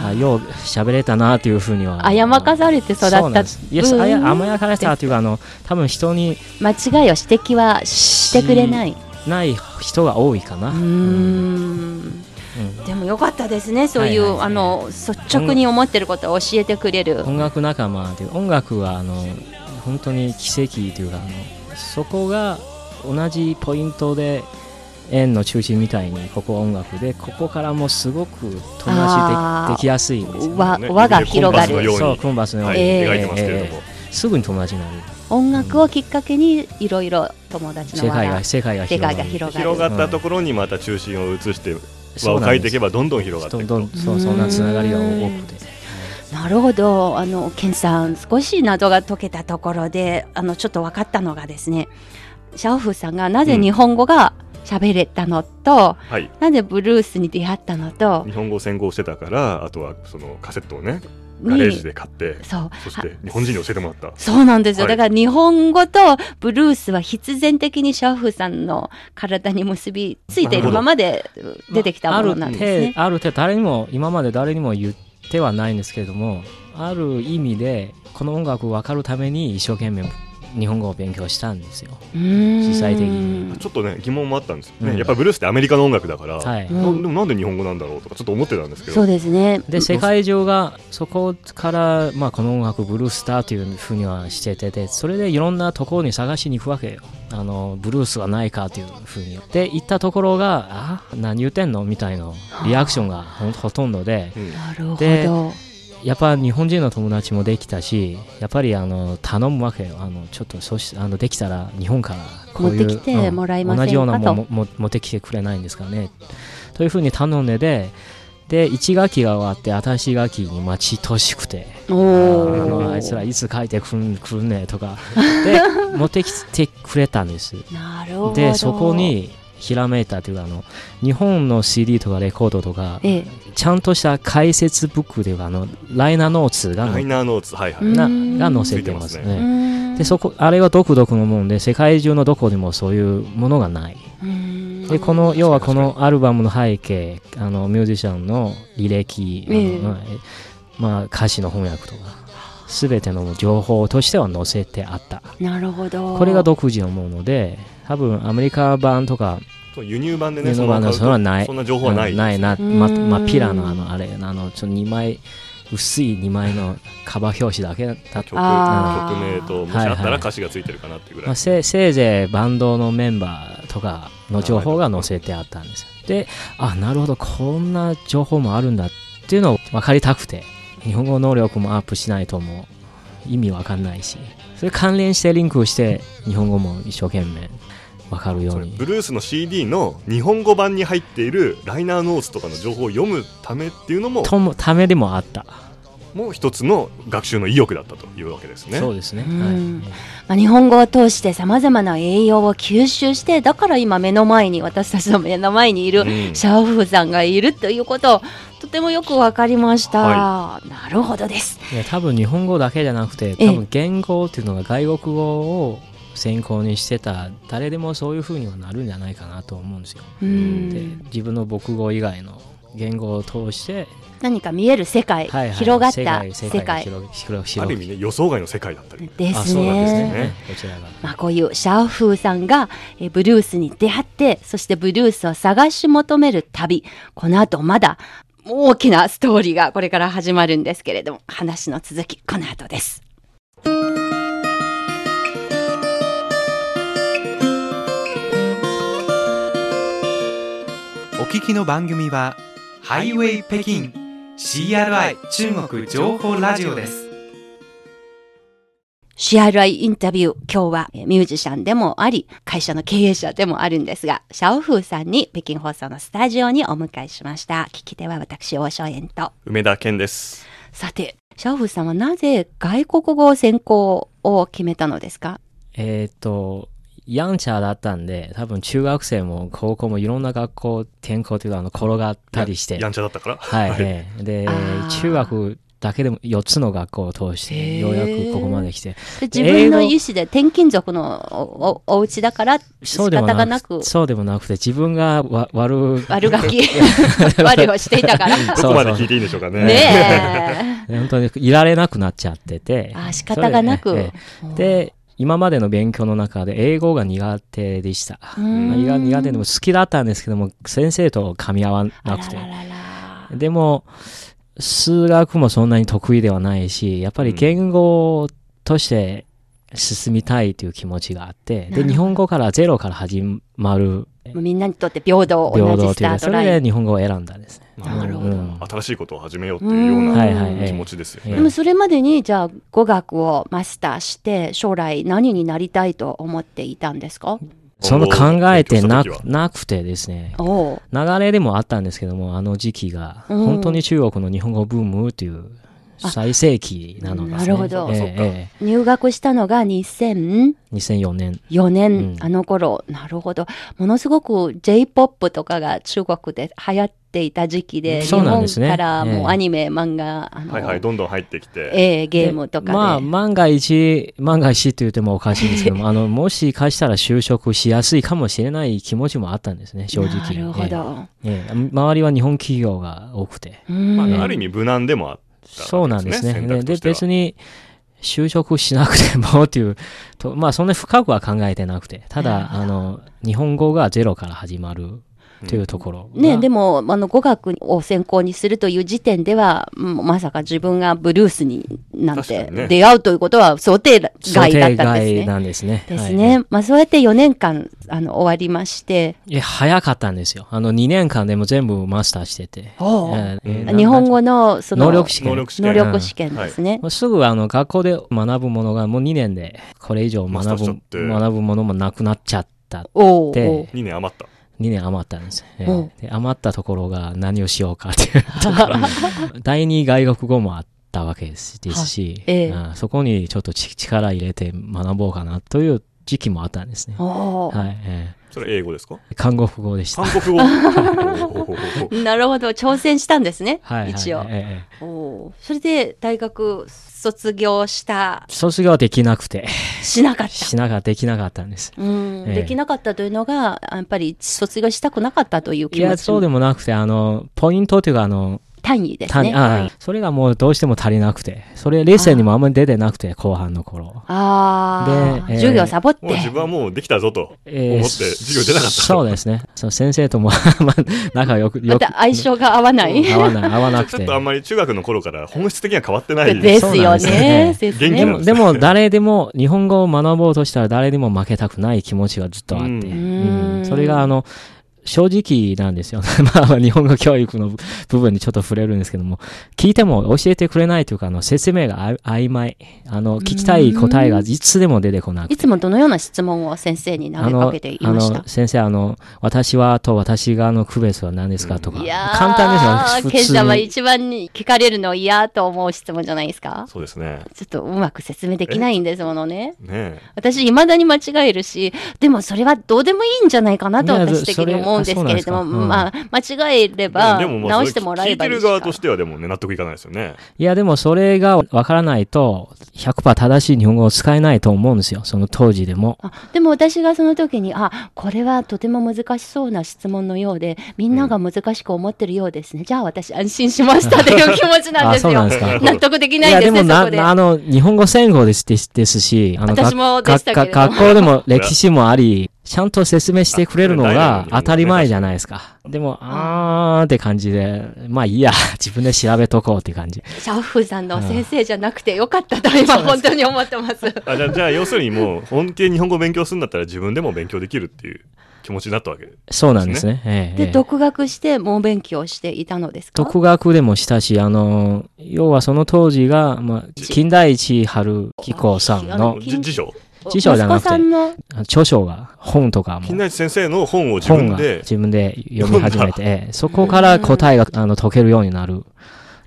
[SPEAKER 3] あよう喋れたな」というふうには
[SPEAKER 1] あやまかされて育っ
[SPEAKER 3] そうなん
[SPEAKER 1] た
[SPEAKER 3] ですいやあや甘やかれたというかあの多分人に
[SPEAKER 1] 間違いを指摘はしてくれない
[SPEAKER 3] ない人が多いかな
[SPEAKER 1] うーん
[SPEAKER 3] うん
[SPEAKER 1] でもよかったですねそういう、
[SPEAKER 3] はいはい
[SPEAKER 1] あの率直に思ってることを教えてくれる
[SPEAKER 3] 音楽仲間で音楽はあの本当に奇跡というかあのそこが同じポイントで円の中心みたいにここは音楽でここからもすごく友
[SPEAKER 1] あー
[SPEAKER 3] 達でできやすいんですよ、
[SPEAKER 1] わ
[SPEAKER 2] ね
[SPEAKER 1] 輪が
[SPEAKER 2] 指で
[SPEAKER 1] 広が
[SPEAKER 2] コンパスの
[SPEAKER 1] る
[SPEAKER 2] ように
[SPEAKER 3] そうコンバスのよう
[SPEAKER 2] は
[SPEAKER 3] に、
[SPEAKER 2] い、
[SPEAKER 1] えー
[SPEAKER 2] 描いてますけれども、
[SPEAKER 3] すぐに友達になる
[SPEAKER 1] 音楽をきっかけにいろいろ友達の
[SPEAKER 3] 世界
[SPEAKER 1] 輪
[SPEAKER 3] が世界が
[SPEAKER 1] 世界
[SPEAKER 3] 広
[SPEAKER 1] が
[SPEAKER 3] がる
[SPEAKER 1] 広がる
[SPEAKER 2] 広がったところにまた中心を移して輪
[SPEAKER 3] そ
[SPEAKER 2] を
[SPEAKER 3] うなん
[SPEAKER 2] 描い
[SPEAKER 3] です
[SPEAKER 2] ていけばどんどん広がってい
[SPEAKER 3] ど
[SPEAKER 2] く
[SPEAKER 3] ん
[SPEAKER 2] と
[SPEAKER 3] どんそうそんなつながりが多くて
[SPEAKER 1] なるほどあのケンさん少し謎が解けたところであのちょっと分かったのがですねシャオフさんがなぜ日本語が喋れたのと、
[SPEAKER 2] はい
[SPEAKER 1] なぜブルースに出会ったのと
[SPEAKER 2] 日本語を専攻してたからあとはそのカセットをねガレージ
[SPEAKER 1] に
[SPEAKER 2] で買って
[SPEAKER 1] そう
[SPEAKER 2] そして日本人に教えてもらった
[SPEAKER 1] そうなんですよ、
[SPEAKER 2] はい
[SPEAKER 1] だから日本語とブルースは必然的にシャオフさんの体に結びついているままで出てきたものなんですね。
[SPEAKER 3] ある程度ある程度誰にも今まで誰にも言ってはないんですけれどもある意味でこの音楽を分かるために一生懸命日本語を勉強したんですよ
[SPEAKER 1] 実
[SPEAKER 3] 実際的に
[SPEAKER 2] ちょっとね疑問もあったんですよね、
[SPEAKER 3] うん
[SPEAKER 2] やっぱりブルースってアメリカの音楽だから、
[SPEAKER 3] はい、
[SPEAKER 1] うん
[SPEAKER 2] なでもなんで日本語なんだろうとかちょっと思ってたんですけ
[SPEAKER 1] そ
[SPEAKER 2] ど
[SPEAKER 1] うですね。
[SPEAKER 3] で世界中がそこから、まあ、この音楽ブルースだというふうにはしててでそれでいろんなところに探しに行くわけよあのブルースはないかというふうにで行ったところが「あ何言ってんの?」みたいなリアクションがほんほとんどで
[SPEAKER 2] うん
[SPEAKER 1] なるほ
[SPEAKER 3] で
[SPEAKER 1] ど。
[SPEAKER 3] やっぱ日本人の友達もできたしやっぱりあの頼むわけよあのちょっとそしあのできたら日本からこうい
[SPEAKER 1] 持
[SPEAKER 3] う
[SPEAKER 1] ってきてもらえませんか
[SPEAKER 3] 同じようなも
[SPEAKER 1] と
[SPEAKER 3] んもも持ってきてくれないんですかねというふうに頼んででで1学期が終わって新しい学期に待ち遠しくて
[SPEAKER 1] お
[SPEAKER 3] あ
[SPEAKER 1] お
[SPEAKER 3] のあいつらいつ帰ってくるくるねとか で持ってきてくれたんです
[SPEAKER 1] なるほど。
[SPEAKER 3] でそこにひらめいたというかあの日本の CD とかレコードとか
[SPEAKER 1] ええ
[SPEAKER 3] ちゃんとした解説ブックというかあのライナーノーツが載っ
[SPEAKER 2] ライナーノーツはいはい、
[SPEAKER 1] うん
[SPEAKER 3] なが載せてます
[SPEAKER 2] ついて
[SPEAKER 1] う
[SPEAKER 3] ね。
[SPEAKER 1] ーん
[SPEAKER 3] でそこあれは独特のもんで世界中のどこにもそういうものがない。
[SPEAKER 1] うーん
[SPEAKER 3] でこの要はこのアルバムの背景あのミュージシャンの履歴、あの
[SPEAKER 1] ええ
[SPEAKER 3] まあえまあ、歌詞の翻訳とか全ての情報としては載せてあった。
[SPEAKER 1] なるほど。
[SPEAKER 3] これが独自のもので多分アメリカ版とか
[SPEAKER 2] そう輸入版でね
[SPEAKER 3] 輸入版
[SPEAKER 2] そ
[SPEAKER 3] の
[SPEAKER 2] の
[SPEAKER 3] それはない
[SPEAKER 2] そんな情報はない、
[SPEAKER 3] うんないな、
[SPEAKER 1] うん
[SPEAKER 3] ま、まピラのあのあれあのちょっと2枚薄い2枚のカバー表紙だけだった
[SPEAKER 2] 曲曲
[SPEAKER 1] あー
[SPEAKER 2] 名ともし
[SPEAKER 3] はい
[SPEAKER 2] あ
[SPEAKER 3] はい
[SPEAKER 2] ったら歌詞がついてるかなっていうぐらい、
[SPEAKER 3] まあ、せせいぜいバンドのメンバーとかの情報が載せてあったんですよであなるほどこんな情報もあるんだっていうのを分かりたくて日本語能力もアップしないともう意味わかんないしそれ関連してリンクして日本語も一生懸命分かるよ
[SPEAKER 2] そうれ
[SPEAKER 3] に
[SPEAKER 2] ブルースの CD の日本語版に入っているライナーノーツとかの情報を読むためっていうのも
[SPEAKER 3] ともためでもあった、
[SPEAKER 2] もう一つの学習の意欲だったというわけですね。
[SPEAKER 3] そうですね、
[SPEAKER 1] うん
[SPEAKER 3] はい
[SPEAKER 1] まあ、日本語を通してさまざまな栄養を吸収してだから今目の前に私たちの目の前にいる
[SPEAKER 2] うん
[SPEAKER 1] シャオフーさんがいるということをとてもよくわかりました、
[SPEAKER 2] は
[SPEAKER 1] なるほどです
[SPEAKER 3] いや多分日本語だけじゃなくて
[SPEAKER 1] ええ
[SPEAKER 3] 多分言語っていうのが外国語を専攻にしてた誰でもそういう風にはなるんじゃないかなと思うんですよ。
[SPEAKER 1] う
[SPEAKER 3] で
[SPEAKER 1] ん
[SPEAKER 3] 自分の母語以外の言語を通して、
[SPEAKER 1] 何か見える世界、
[SPEAKER 3] はいはい
[SPEAKER 1] 広がった世
[SPEAKER 3] 世
[SPEAKER 1] 界
[SPEAKER 3] 界世界が広広
[SPEAKER 2] あ
[SPEAKER 3] 広
[SPEAKER 2] る意味ね予想外の世界だったり、
[SPEAKER 1] で
[SPEAKER 3] あ
[SPEAKER 1] す
[SPEAKER 3] そうなんです
[SPEAKER 1] ね
[SPEAKER 3] ねこちらが、
[SPEAKER 1] まあ、こういうシャオフーさんがえーブルースに出会ってそしてブルースを探し求める旅この後まだ大きなストーリーがこれから始まるんですけれども、話の続き、この後です。
[SPEAKER 4] お聞きの番組は、ハイウェイ北京 CRI 中国情報ラジオです。
[SPEAKER 1] CRI インタビュー、今日はミュージシャンでもあり、会社の経営者でもあるんですが、シャオフーさんに北京放送のスタジオにお迎えしました。聞き手は私、王正円と。
[SPEAKER 2] 梅田健です。
[SPEAKER 1] さて、シャオフーさんはなぜ外国語専攻を決めたのですか
[SPEAKER 3] えっ、ー、と、ヤンチャーだったんで、多分中学生も高校もいろんな学校転校というか、あの、転がったりして。
[SPEAKER 2] ヤンチャだったから
[SPEAKER 3] はい、えー、で、中学、だけでも4つの学校を通してようやくここまで来て
[SPEAKER 1] 自分の意思で転勤族のおお家だから仕方がなく
[SPEAKER 3] そうでもなくて自分がわ 悪
[SPEAKER 1] 悪ガ キ悪をしていたから
[SPEAKER 2] どこまで聞いていいんでしょうかね
[SPEAKER 1] ね
[SPEAKER 3] 本当にいられなくなっちゃってて
[SPEAKER 1] あ仕方がなく、ね、
[SPEAKER 3] で今までの勉強の中で英語が苦手でした、まあ、苦手でも好きだったんですけども先生と噛み合わなくてでも数学もそんなに得意ではないし、やっぱり言語として進みたいという気持ちがあって、うん、で、日本語からゼロから始まる。
[SPEAKER 1] みんなにとって平等、同じスタ
[SPEAKER 3] それで日本語を選んだんですね。
[SPEAKER 1] なるほど、うん、
[SPEAKER 2] 新しいことを始めようというような気持ちですよね。
[SPEAKER 1] でもそれまでに、じゃあ語学をマスターして、将来何になりたいと思っていたんですか
[SPEAKER 3] その考えてななくてですね、流れでもあったんですけども、あの時期が、うん、本当に中国の日本語ブームという最盛期なのです、ね、
[SPEAKER 1] なるほど、えー、入学したのが2000
[SPEAKER 3] 2004年。
[SPEAKER 1] 4年、うん、あの頃、なるほど。ものすごく J-POP とかが中国で流行って、いた時期で、
[SPEAKER 3] そうなんですね、
[SPEAKER 1] 日本からもうアニメ、えー、漫画、
[SPEAKER 2] はいはい、どんどん入ってきて、
[SPEAKER 1] えー、ゲームとか
[SPEAKER 3] まあ、万が一、万が一って言ってもおかしいんですけども、あのもしかしたら就職しやすいかもしれない気持ちもあったんですね、正直。
[SPEAKER 1] なるほど、
[SPEAKER 3] えー、周りは日本企業が多くて。
[SPEAKER 2] まあ、ある意味、無難でもあった、ね、
[SPEAKER 3] そうなんですね。ねで別に就職しなくてもっていうと、 まあそんな深くは考えてなくて、ただ、あの、日本語がゼロから始まるというところ、
[SPEAKER 1] うん、ね、でも、あの、語学を専攻にするという時点では、まさか自分がブルースになんて出会うということは想定外だったんですね。
[SPEAKER 3] 外なんですね。
[SPEAKER 1] ですね。はい、まあそうやって4年間、あの、終わりまして。
[SPEAKER 3] え、早かったんですよ。あの、2年間でも全部マスターしてて。
[SPEAKER 1] えー、日本語の、その、
[SPEAKER 3] 能力試験。能力試
[SPEAKER 1] 験,力試験ですね。
[SPEAKER 3] はい、すぐ、あの、学校で学ぶものがもう2年で、これ以上学ぶ、学ぶものもなくなっちゃったって。お
[SPEAKER 2] 2年余った。
[SPEAKER 3] 2年余ったんです、えー、で余ったところが何をしようかって いうところ第二外国語もあったわけですし、ええー、そこにちょっと力入れて学ぼうかなという時期もあったんですね。はい
[SPEAKER 2] えー、それ英語 ですか
[SPEAKER 3] 韓国語でした。
[SPEAKER 2] 韓国 語
[SPEAKER 1] なるほど、挑戦したんですね、はいはい、一応、えー、お。それで大学卒業した
[SPEAKER 3] 卒業できなくて。
[SPEAKER 1] しなかった。
[SPEAKER 3] しなかった、できなかったんです。
[SPEAKER 1] うん、えー、できなかったというのが、やっぱり卒業したくなかったという気持ち。い
[SPEAKER 3] や、そうでもなくて、あの、ポイントというか、あの、
[SPEAKER 1] 単位ですね。
[SPEAKER 3] あ、はい、それがもうどうしても足りなくて、それ、レッスンにもあんまり出てなくて、後半の頃。
[SPEAKER 1] ああ。で、えー、授業サボって。
[SPEAKER 2] もう自分はもうできたぞと思って、えー、授業出なかった。
[SPEAKER 3] そうですね。その先生とも 仲良く、よ
[SPEAKER 1] く。また相性が合わない。
[SPEAKER 3] 合わない、合わなくて。
[SPEAKER 2] ちょっとあんまり中学の頃から本質的には変わってない。
[SPEAKER 1] ですよね。
[SPEAKER 2] で
[SPEAKER 1] ね
[SPEAKER 2] で
[SPEAKER 3] も、でも誰でも、日本語を学ぼうとしたら誰でも負けたくない気持ちがずっとあって。うん、それがあの、正直なんですよ、ね。 まあ、日本語教育の部分にちょっと触れるんですけども、聞いても教えてくれないというか、あの、説明が曖昧。あの、聞きたい答えがいつでも出てこなく
[SPEAKER 1] いつもどのような質問を先生に投げかけていました
[SPEAKER 3] 先生、あの、私はと私がの区別は何ですかとか。簡単ですよ。
[SPEAKER 1] ケン様一番に聞かれるの嫌と思う質問じゃないですか
[SPEAKER 2] そうですね。
[SPEAKER 1] ちょっとうまく説明できないんですものね。
[SPEAKER 2] ね
[SPEAKER 1] 私、未だに間違えるし、でもそれはどうでもいいんじゃないかなと私的に思うですけれども、うん、まあ、間違えれば、直してもらえば
[SPEAKER 2] いい聞いてる側としてはでもね、納得いかないですよね。
[SPEAKER 3] いや、でもそれがわからないと、100%正しい日本語を使えないと思うんですよ、その当時でも。
[SPEAKER 1] でも私がその時に、あ、これはとても難しそうな質問のようで、みんなが難しく思ってるようですね。うん、じゃあ私安心しましたという気持ちなんですよ。す納得できないですね、
[SPEAKER 3] でもなあの、日本語戦後ですですし、あの
[SPEAKER 1] 私も
[SPEAKER 3] 学校でも歴史もあり、ちゃんと説明してくれる の
[SPEAKER 2] あ
[SPEAKER 3] が
[SPEAKER 2] それ大事なの
[SPEAKER 3] 当たり前じゃないですか。でも、あーって感じで、まあいいや、自分で調べとこうって感じ。
[SPEAKER 1] シャオフーさんの先生じゃなくてよかったと今本当に思ってます。
[SPEAKER 2] あじゃあじゃあ要するにもう本気で日本語を勉強するんだったら自分でも勉強できるっていう気持ちになったわけ
[SPEAKER 3] そうなんですね。えええ
[SPEAKER 1] で、
[SPEAKER 3] え
[SPEAKER 1] 独学して猛勉強していたのですか
[SPEAKER 3] 独学でもしたし、あの、要はその当時が、まあ、金田一春彦さんの
[SPEAKER 1] あ
[SPEAKER 2] じ辞書
[SPEAKER 3] 辞書じゃなくて
[SPEAKER 1] 息子さんの
[SPEAKER 3] 著書が、本とかも
[SPEAKER 2] 金、田一先生の本を自
[SPEAKER 3] 本
[SPEAKER 2] 分
[SPEAKER 3] が
[SPEAKER 2] で
[SPEAKER 3] 自分で読み始めて、ええそこから答えがあの解けるようになる。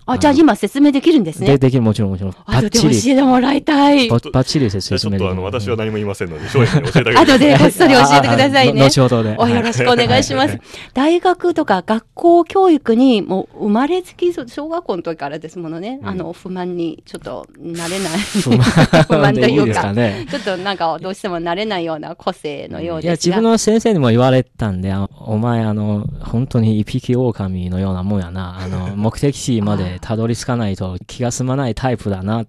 [SPEAKER 1] あ、じゃあ今説明できるんです
[SPEAKER 3] で、
[SPEAKER 1] ね。
[SPEAKER 3] できる、もちろんもちろん。バ
[SPEAKER 1] 後
[SPEAKER 3] ッ
[SPEAKER 1] で
[SPEAKER 3] チ
[SPEAKER 1] 教
[SPEAKER 3] リ、
[SPEAKER 1] えてもらいたい。
[SPEAKER 3] ば
[SPEAKER 1] 後
[SPEAKER 3] ばっちり
[SPEAKER 2] じゃ
[SPEAKER 3] 説
[SPEAKER 2] あちょ
[SPEAKER 3] 明
[SPEAKER 2] っ
[SPEAKER 3] で
[SPEAKER 2] と
[SPEAKER 3] き
[SPEAKER 2] あ
[SPEAKER 3] る
[SPEAKER 2] の私は何も言いませんので翔英さんに教えてあげてください
[SPEAKER 1] でこっそり教えてください
[SPEAKER 3] ああ
[SPEAKER 1] ね
[SPEAKER 3] あの。 後ほどで。
[SPEAKER 1] およろしくお願いします。大学とか学校教育にもう生まれつきそう小学校の時からですものね、
[SPEAKER 2] うん
[SPEAKER 1] あの不満にちょっとなれない
[SPEAKER 3] 不満
[SPEAKER 1] 不満と
[SPEAKER 3] でい
[SPEAKER 1] い
[SPEAKER 3] いうです
[SPEAKER 1] か
[SPEAKER 3] かね。
[SPEAKER 1] ちょっとなんかどうしてもなれないような個性のよう
[SPEAKER 3] いや、
[SPEAKER 1] です
[SPEAKER 3] 自
[SPEAKER 1] が
[SPEAKER 3] 分の先生にも言われたんで、あお前、あの、本当に一匹狼のようなもんやな。あの、目的地までたどり着かないと気が済まないタイプだな、っ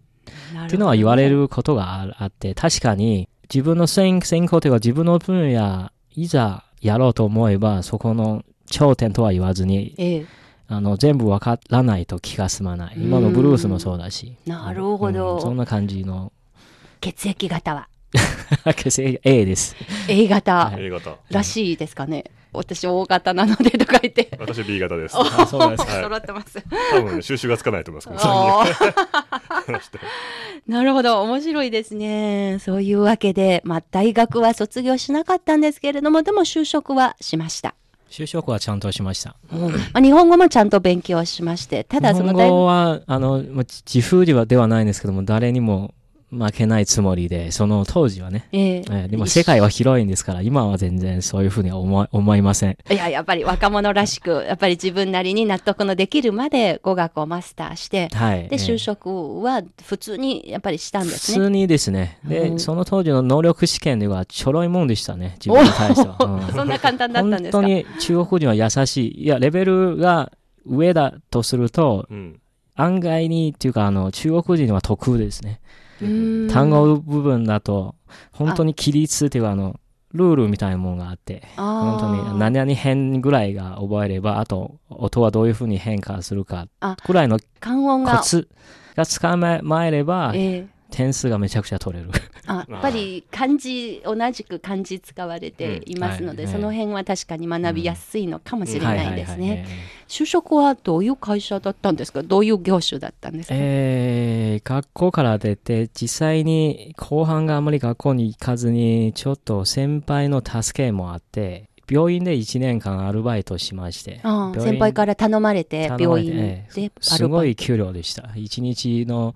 [SPEAKER 3] ていうのは言われることがああって、確かに自分の専専攻というか自分の分野、いざやろうと思えば、そこの頂点とは言わずに、
[SPEAKER 1] ええ
[SPEAKER 3] あの、全部わからないと気が済まない。今のブルースもそうだし。
[SPEAKER 1] なるほど
[SPEAKER 3] うんそんな感じの、
[SPEAKER 1] 血液型は
[SPEAKER 3] A です。
[SPEAKER 1] A 型
[SPEAKER 2] A 型
[SPEAKER 1] らしいですかね、私 O 型なのでとか言って
[SPEAKER 2] 私 B 型です
[SPEAKER 3] あそうなんです
[SPEAKER 2] はい
[SPEAKER 1] 揃ってます
[SPEAKER 2] 多分ね収集がつかないと思いますこの三人
[SPEAKER 1] おーなるほど面白いですねそういうわけで、まあ、大学は卒業しなかったんですけれどもでも就職はしました、
[SPEAKER 3] 就職はちゃんとしました。
[SPEAKER 1] まあ、日本語もちゃんと勉強しましてただそ
[SPEAKER 3] 日
[SPEAKER 1] の
[SPEAKER 3] 本
[SPEAKER 1] 大学
[SPEAKER 3] 語は、あの、まあじ自負ではではないんですけども、誰にも負けないつもりで、その当時はね。
[SPEAKER 1] ええ
[SPEAKER 3] えーでも世界は広いんですから、今は全然そういうふうには思い思いません。
[SPEAKER 1] いややっぱり若者らしくやっぱり自分なりに納得のできるまで語学をマスターして
[SPEAKER 3] は
[SPEAKER 1] で
[SPEAKER 3] い。えー
[SPEAKER 1] 就職は普通にやっぱりしたんです
[SPEAKER 3] 普
[SPEAKER 1] ね。
[SPEAKER 3] 通にですね。
[SPEAKER 1] うん
[SPEAKER 3] で、その当時の能力試験ではちょろいもんでしたね、自分に対しては。うん
[SPEAKER 1] そんな簡単だったん
[SPEAKER 3] 本
[SPEAKER 1] です
[SPEAKER 3] 当
[SPEAKER 1] か
[SPEAKER 3] に中国人は優しい。いや、レベルが上だとすると、
[SPEAKER 2] うん
[SPEAKER 3] 案外に、っていうか、あの、中国人は得ですね。
[SPEAKER 1] うん
[SPEAKER 3] 単語部分だと、本当に規律っていうか、あの、ルールみたいなものがあって、
[SPEAKER 1] あ
[SPEAKER 3] 本
[SPEAKER 1] ー
[SPEAKER 3] 当に何々変ぐらいが覚えれば、あと音はどういうふうに変化するか
[SPEAKER 1] あ
[SPEAKER 3] ぐらいの
[SPEAKER 1] 漢音
[SPEAKER 3] コ
[SPEAKER 1] が、
[SPEAKER 3] ツがつかまえれば、
[SPEAKER 1] ええ
[SPEAKER 3] 点数がめちゃくちゃ取れる。
[SPEAKER 1] あやっぱり漢字同じく漢字使われていますので、
[SPEAKER 3] うんはい
[SPEAKER 1] その辺は確かに学びやすいのかもしれないです
[SPEAKER 3] はいはいはい
[SPEAKER 1] ね。就職はどういう会社だったんですかどういう業種だったんですか、
[SPEAKER 3] えー学校から出て、実際に後半があまり学校に行かずに、ちょっと先輩の助けもあって、病院で1年間アルバイトしまして、
[SPEAKER 1] ああ
[SPEAKER 3] 病院
[SPEAKER 1] 先輩から頼まれて
[SPEAKER 3] 頼ま
[SPEAKER 1] 病
[SPEAKER 3] れて
[SPEAKER 1] 院
[SPEAKER 3] え
[SPEAKER 1] でア
[SPEAKER 3] す
[SPEAKER 1] ルバ
[SPEAKER 3] ご
[SPEAKER 1] イ
[SPEAKER 3] い給料でした。1日の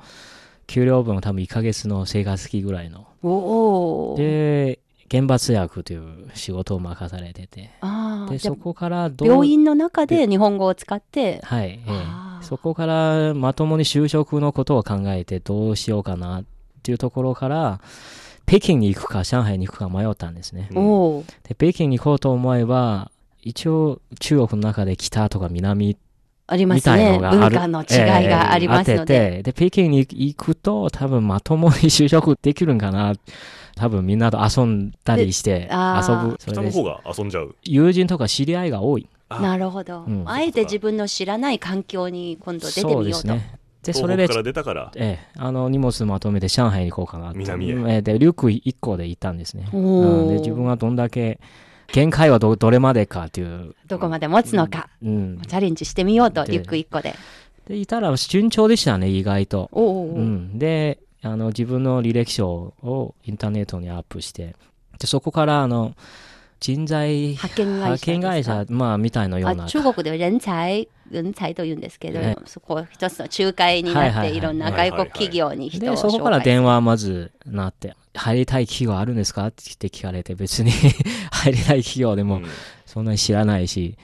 [SPEAKER 3] 給料分は多分1ヶ月の生活費ぐらいの。
[SPEAKER 1] トおお
[SPEAKER 3] で、現場通訳という仕事を任されてて、
[SPEAKER 1] ああ
[SPEAKER 3] で、
[SPEAKER 1] じゃ
[SPEAKER 3] そ
[SPEAKER 1] あ
[SPEAKER 3] こからどう
[SPEAKER 1] 病院の中で日本語を使って
[SPEAKER 3] はい、ええ
[SPEAKER 1] あー
[SPEAKER 3] そこからまともに就職のことを考えてどうしようかなっていうところから北京に行くか上海に行くか迷ったんですね
[SPEAKER 2] うん
[SPEAKER 1] おお
[SPEAKER 3] で北京に行こうと思えば一応中国の中で北とか南
[SPEAKER 1] ありま
[SPEAKER 3] み
[SPEAKER 1] す
[SPEAKER 3] たい
[SPEAKER 1] ね
[SPEAKER 3] のがあ
[SPEAKER 1] 文
[SPEAKER 3] る、
[SPEAKER 1] 化の違いがありますの
[SPEAKER 3] ええ
[SPEAKER 1] で、
[SPEAKER 3] ええあっててで北京に行くと多分まともに就職できるんかな多分みんなと遊んだりして
[SPEAKER 1] であ
[SPEAKER 3] 遊
[SPEAKER 1] ー
[SPEAKER 3] ぶそ
[SPEAKER 2] 下
[SPEAKER 3] れ
[SPEAKER 2] の
[SPEAKER 3] で
[SPEAKER 2] 方が遊んじゃう
[SPEAKER 3] 友人とか知り合いが多い
[SPEAKER 2] あ
[SPEAKER 1] なるほど、
[SPEAKER 3] うん
[SPEAKER 1] あえて自分の知らない環境に今度出てみようと
[SPEAKER 3] そうですねでそ
[SPEAKER 2] 東北
[SPEAKER 3] れで
[SPEAKER 2] から出たから
[SPEAKER 3] ええ、あの荷物まとめて上海に行こうかなって
[SPEAKER 2] 南へ
[SPEAKER 3] うんええでリュック1個で行ったんですね、
[SPEAKER 1] お
[SPEAKER 3] う
[SPEAKER 1] ー
[SPEAKER 3] んで自分はどんだけ限界はどどれまでかっていう、
[SPEAKER 1] どこまで持つのか、
[SPEAKER 3] うん、
[SPEAKER 1] チャレンジしてみようと
[SPEAKER 3] で
[SPEAKER 1] リュック1個で
[SPEAKER 3] でいたら順調でしたね意外と、
[SPEAKER 1] おお、
[SPEAKER 3] うん、であの自分の履歴書をインターネットにアップしてでそこからあの人材
[SPEAKER 1] 派遣会社
[SPEAKER 3] 派遣会社、まあ、みたいなよう
[SPEAKER 1] あ
[SPEAKER 3] な
[SPEAKER 1] 中国で人才人才というんですけど、
[SPEAKER 3] え
[SPEAKER 1] そこ一つの仲介に
[SPEAKER 3] はい
[SPEAKER 1] なっ
[SPEAKER 3] は
[SPEAKER 1] て
[SPEAKER 3] いはい
[SPEAKER 1] いろんな外国企業に人を
[SPEAKER 3] で、そこ
[SPEAKER 1] 紹
[SPEAKER 3] から
[SPEAKER 1] 介
[SPEAKER 3] 電話まずなって、入りたい企業あるんですかって聞かれて、別に 入りたい企業でも
[SPEAKER 2] ん
[SPEAKER 3] そんなに知らないし、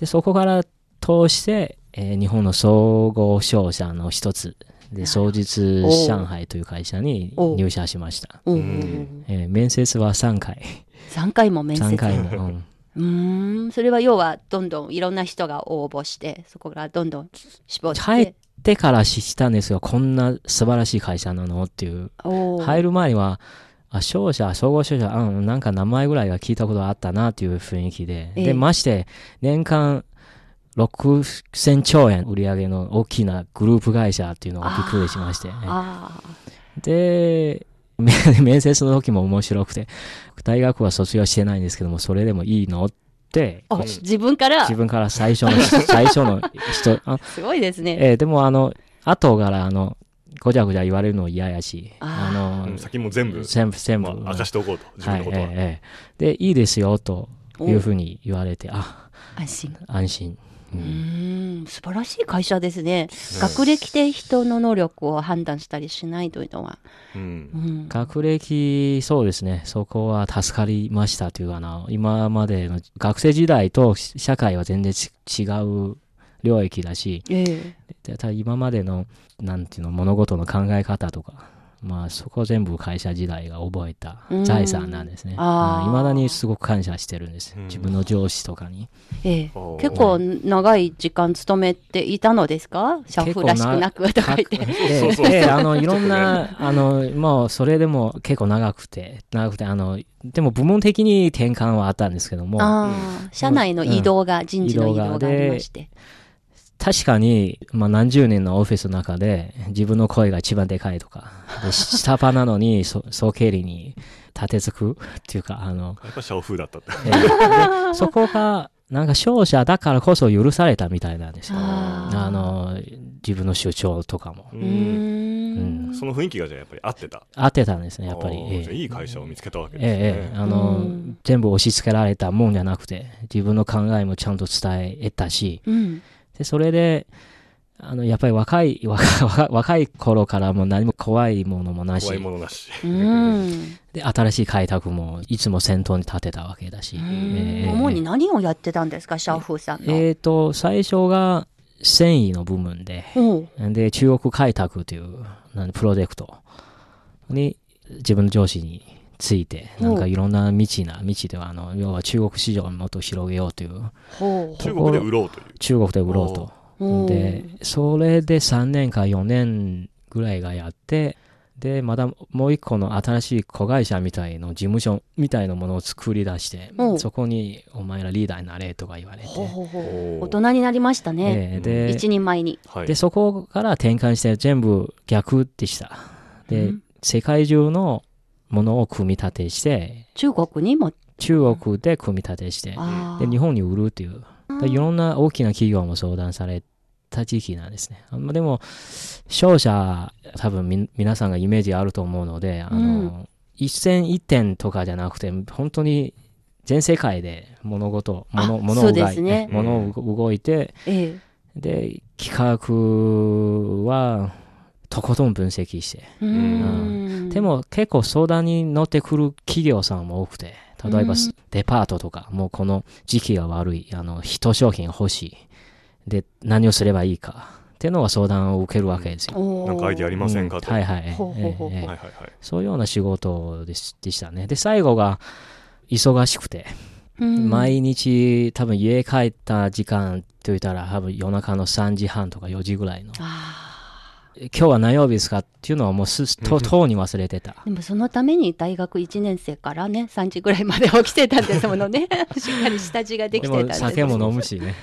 [SPEAKER 3] で、そこから通して、えー日本の総合商社の一つ、で、双日
[SPEAKER 1] おう
[SPEAKER 3] 上海という会社に
[SPEAKER 1] おう
[SPEAKER 3] 入社しました。
[SPEAKER 1] おお
[SPEAKER 2] うん
[SPEAKER 3] えー面接は3回。
[SPEAKER 1] 3回も面接
[SPEAKER 3] 3回も。うん
[SPEAKER 1] うーんそれは要はどんどんいろんな人が応募してそこからどんどん志望して、
[SPEAKER 3] 入ってから知ったんですよ。こんな素晴らしい会社なのっていう。
[SPEAKER 1] おー
[SPEAKER 3] 入る前には、あ商社、総合商社、うん、なんか名前ぐらいは聞いたことあったなっていう雰囲気で、
[SPEAKER 1] ええ
[SPEAKER 3] で、まして、年間6000兆円売り上げの大きなグループ会社っていうのがびっくりしまして、
[SPEAKER 1] あ
[SPEAKER 3] で、め 面接の時も面白くて、大学は卒業してないんですけども、それでもいいのって、
[SPEAKER 1] あ、
[SPEAKER 3] こう
[SPEAKER 1] 自分から
[SPEAKER 3] 自分から最初の、最初の 人、あ
[SPEAKER 1] すごいですね。
[SPEAKER 3] えーでもあの、後からあの、ごちゃごちゃ言われるの嫌やし、
[SPEAKER 1] あ
[SPEAKER 3] あ
[SPEAKER 2] うん
[SPEAKER 3] の、
[SPEAKER 2] 先も全部、
[SPEAKER 3] 全部、全部、
[SPEAKER 2] まあ、明かしておこうと、自分のことは。
[SPEAKER 3] いええええで、いいですよ、というふうに言われて、あ、
[SPEAKER 1] 安心。
[SPEAKER 3] 安心。う
[SPEAKER 1] うんーん、素晴らしい会社ですね。学歴で人の能力を判断したりしないというのは。
[SPEAKER 2] うん
[SPEAKER 1] うん、
[SPEAKER 3] 学歴、そうですね、そこは助かりましたという、あの、今までの学生時代と社会は全然ち違う領域だし、
[SPEAKER 1] ええ
[SPEAKER 3] でただ今までの、なんていうの、物事の考え方とか、まあそこ全部会社時代が覚えた
[SPEAKER 1] うん
[SPEAKER 3] 財産なんですね。い
[SPEAKER 1] あー
[SPEAKER 3] まだにすごく感謝してるんです
[SPEAKER 2] う。ん
[SPEAKER 3] 自分の上司とかに。
[SPEAKER 1] ええ
[SPEAKER 2] おー
[SPEAKER 1] 結構長い時間勤めていたのですか社風
[SPEAKER 3] 結構
[SPEAKER 1] ら
[SPEAKER 3] な
[SPEAKER 1] しくなくとか言って。
[SPEAKER 3] で
[SPEAKER 2] そうそうそう
[SPEAKER 3] であの、いろんな、あの、もう、それでも結構長くて、長くて、あの、でも部門的に転換はあったんですけども、
[SPEAKER 1] ああ、社内の移動が、人事の移動がありまして。
[SPEAKER 3] 確かに、まあ、何十年のオフィスの中で、自分の声が一番でかいとか、で下っ端なのに、そ 総経理に立てつくっていうか、あの、
[SPEAKER 2] やっぱシャオフーだったって。
[SPEAKER 3] えーでそこが、なんか勝者だからこそ許されたみたいなんですよ。
[SPEAKER 1] あー
[SPEAKER 3] あの、自分の主張とかも。
[SPEAKER 1] うーん
[SPEAKER 2] その雰囲気がじゃあやっぱり合ってた。
[SPEAKER 3] 合ってたんですね、やっぱり。
[SPEAKER 2] お
[SPEAKER 3] え
[SPEAKER 2] ー
[SPEAKER 3] ー
[SPEAKER 2] じゃあいい会社を見つけたわけですね。
[SPEAKER 3] ええええ、あの、
[SPEAKER 1] うん
[SPEAKER 3] 全部押し付けられたもんじゃなくて、自分の考えもちゃんと伝えたし、
[SPEAKER 1] うん。
[SPEAKER 3] で、それで、あの、やっぱり若い、 若若若い頃からもう何も怖いものもなし
[SPEAKER 2] 怖いものなし。
[SPEAKER 1] うん。
[SPEAKER 3] で、新しい開拓もいつも先頭に立てたわけだし、ええ
[SPEAKER 1] 主に何をやってたんですか、シャオフーさんの。
[SPEAKER 3] えっ、と、最初が繊維の部分で、
[SPEAKER 1] ほう
[SPEAKER 3] で、中国開拓というなんプロジェクトに自分の上司について、なんかいろんな未知な、未知ではあの、要は中国市場をもっと広げようという、
[SPEAKER 1] ほ
[SPEAKER 2] 中国で売ろうという。
[SPEAKER 3] 中国で売ろうと。
[SPEAKER 1] うほう。
[SPEAKER 3] で、それで3年か4年ぐらいがやって、で、またもう一個の新しい子会社みたいの事務所みたいなものを作り出して
[SPEAKER 1] お、
[SPEAKER 3] そこにお前らリーダーになれとか言われて、
[SPEAKER 1] ほうほうほう。
[SPEAKER 2] おー
[SPEAKER 1] 大人になりましたね。
[SPEAKER 3] ええで
[SPEAKER 1] 一人前に。
[SPEAKER 2] はい
[SPEAKER 3] で、そこから転換して全部逆でした。で、
[SPEAKER 1] うん
[SPEAKER 3] 世界中のものを組み立てして、
[SPEAKER 1] 中国にも。
[SPEAKER 3] 中国で組み立てして、
[SPEAKER 1] あ
[SPEAKER 3] で、日本に売るっていう。でいろんな大きな企業も相談された時期なんですね。あんまでも、商社、多分み皆さんがイメージあると思うので、あの、
[SPEAKER 1] うん
[SPEAKER 3] 一戦一点とかじゃなくて、本当に全世界で物事、
[SPEAKER 1] あ
[SPEAKER 3] 物物
[SPEAKER 1] そう
[SPEAKER 3] を
[SPEAKER 1] で
[SPEAKER 3] 動い
[SPEAKER 1] す
[SPEAKER 3] て、
[SPEAKER 1] ね
[SPEAKER 3] 物を動いて、
[SPEAKER 1] あええ
[SPEAKER 3] で、企画は、とことん分析して。
[SPEAKER 1] うーん。
[SPEAKER 3] でも結構相談に乗ってくる企業さんも多くて、例え
[SPEAKER 1] うん
[SPEAKER 3] ばすデパートとか、もうこの時期が悪い、あの、一商品欲しい。で、何をすればいいか。っていうのが相談を受けるわけですよ。
[SPEAKER 1] おー、
[SPEAKER 2] なんかアイディアありませんかと。
[SPEAKER 3] は
[SPEAKER 2] はいい
[SPEAKER 3] はい。
[SPEAKER 1] ほうほうほうほう
[SPEAKER 3] ええええ
[SPEAKER 2] はいはい。
[SPEAKER 3] そういうような仕事ですでしたね。で、最後が、忙しくて、
[SPEAKER 1] うん
[SPEAKER 3] 毎日多分家帰った時間といったら多分夜中の3時半とか4時ぐらいの今日は何曜日ですかっていうのはもうすととうに忘れてた
[SPEAKER 1] でもそのために大学1年生からね3時ぐらいまで起きてたんですもの ねしっかり下地ができて
[SPEAKER 3] で
[SPEAKER 1] たん
[SPEAKER 3] も
[SPEAKER 1] です
[SPEAKER 3] 酒も飲むしね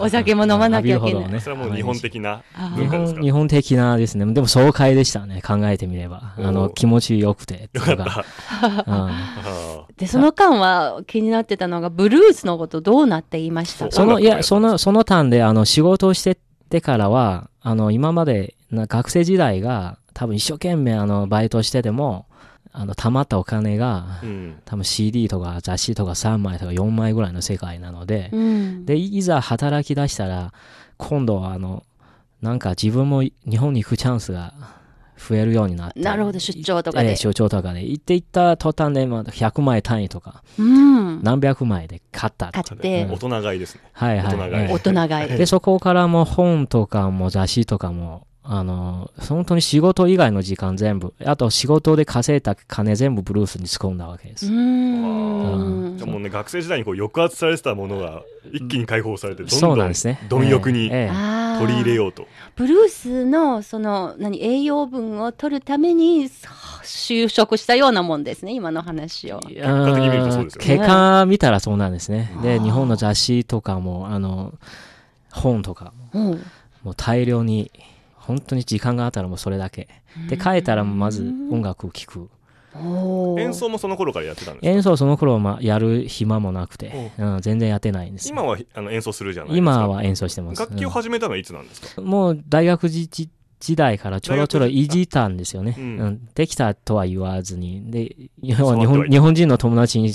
[SPEAKER 1] お酒も飲まなきゃいけ
[SPEAKER 3] 浴びる
[SPEAKER 1] な
[SPEAKER 3] ほ
[SPEAKER 1] い、
[SPEAKER 3] どね
[SPEAKER 2] それはもう日本的な
[SPEAKER 1] あー
[SPEAKER 3] 日
[SPEAKER 2] 文化です
[SPEAKER 3] 本
[SPEAKER 2] か
[SPEAKER 3] 日本的なですねでも爽快でしたね考えてみればあ
[SPEAKER 2] お
[SPEAKER 3] の
[SPEAKER 2] ー
[SPEAKER 3] 気持ちよくて
[SPEAKER 2] ら。よ
[SPEAKER 3] と
[SPEAKER 2] かっ
[SPEAKER 3] うん
[SPEAKER 2] た。あ
[SPEAKER 1] でその間は気になってたのがブルースのことどうなっていましたか
[SPEAKER 2] そう
[SPEAKER 3] そ
[SPEAKER 2] 音楽
[SPEAKER 3] のい
[SPEAKER 2] とかやったん
[SPEAKER 3] や
[SPEAKER 2] です
[SPEAKER 3] そのその単であの仕事をしてってからはあの今までな学生時代が多分一生懸命あのバイトしててもあの貯まったお金が
[SPEAKER 2] ーうん。
[SPEAKER 3] 多分 CD とか雑誌とか3枚とか4枚ぐらいの世界なので、
[SPEAKER 1] うん、
[SPEAKER 3] でいざ働き出したら今度はあのなんか自分も日本に行くチャンスが増えるようになって
[SPEAKER 1] なるほど出張とかで
[SPEAKER 3] ええ出張とかで行って行った途端でまあ100枚単位とか
[SPEAKER 1] うん、
[SPEAKER 3] 何百枚で買ったと
[SPEAKER 1] 買
[SPEAKER 3] か
[SPEAKER 1] って
[SPEAKER 2] 大人買いですね。
[SPEAKER 3] はい
[SPEAKER 2] 大
[SPEAKER 3] はい
[SPEAKER 2] 人買い
[SPEAKER 3] え
[SPEAKER 1] 大人買
[SPEAKER 3] え
[SPEAKER 1] い
[SPEAKER 3] でそこからもう本とかも雑誌とかもあの本当に仕事以外の時間全部あと仕事で稼いだ金全部ブルースに突っ込んだわけで
[SPEAKER 1] う
[SPEAKER 3] す、
[SPEAKER 1] ん
[SPEAKER 2] じゃあもうね、学生時代にこう抑圧されてたものが一気に解放されて、どん
[SPEAKER 3] そう
[SPEAKER 2] ど
[SPEAKER 3] なん
[SPEAKER 2] ん
[SPEAKER 3] ですね
[SPEAKER 2] 貪欲に
[SPEAKER 3] ええええ
[SPEAKER 1] あー
[SPEAKER 2] 取り入れようと。
[SPEAKER 1] ブルースのその何栄養分を取るためにそう就職したようなもんですね、今の話を。
[SPEAKER 3] 結
[SPEAKER 2] 果的に見るとそうですよね
[SPEAKER 3] 結果見たらそうなんですね。
[SPEAKER 1] あ
[SPEAKER 3] で、
[SPEAKER 1] ー
[SPEAKER 3] 日本の雑誌とかも、あの、本とか、
[SPEAKER 1] うん
[SPEAKER 3] もう大量に、本当に時間があったらもうそれだけ。で、帰ったらもうまず音楽を聴く。
[SPEAKER 1] おー
[SPEAKER 2] 演奏もその頃からやってたんですか
[SPEAKER 3] 演奏はその頃はまあやる暇もなくて、うん、全然やってないんです。
[SPEAKER 2] 今はあの演奏するじゃないですか
[SPEAKER 3] 今は演奏してます。
[SPEAKER 2] 楽器を始めたのはいつなんですか、
[SPEAKER 3] うんもう大学時時代からちょろちょろいじったんですよね。
[SPEAKER 2] うん
[SPEAKER 3] うんできたとは言わずに。で、要
[SPEAKER 2] そう
[SPEAKER 3] は日
[SPEAKER 2] なん
[SPEAKER 3] 本
[SPEAKER 2] だ
[SPEAKER 3] 日本人の友達に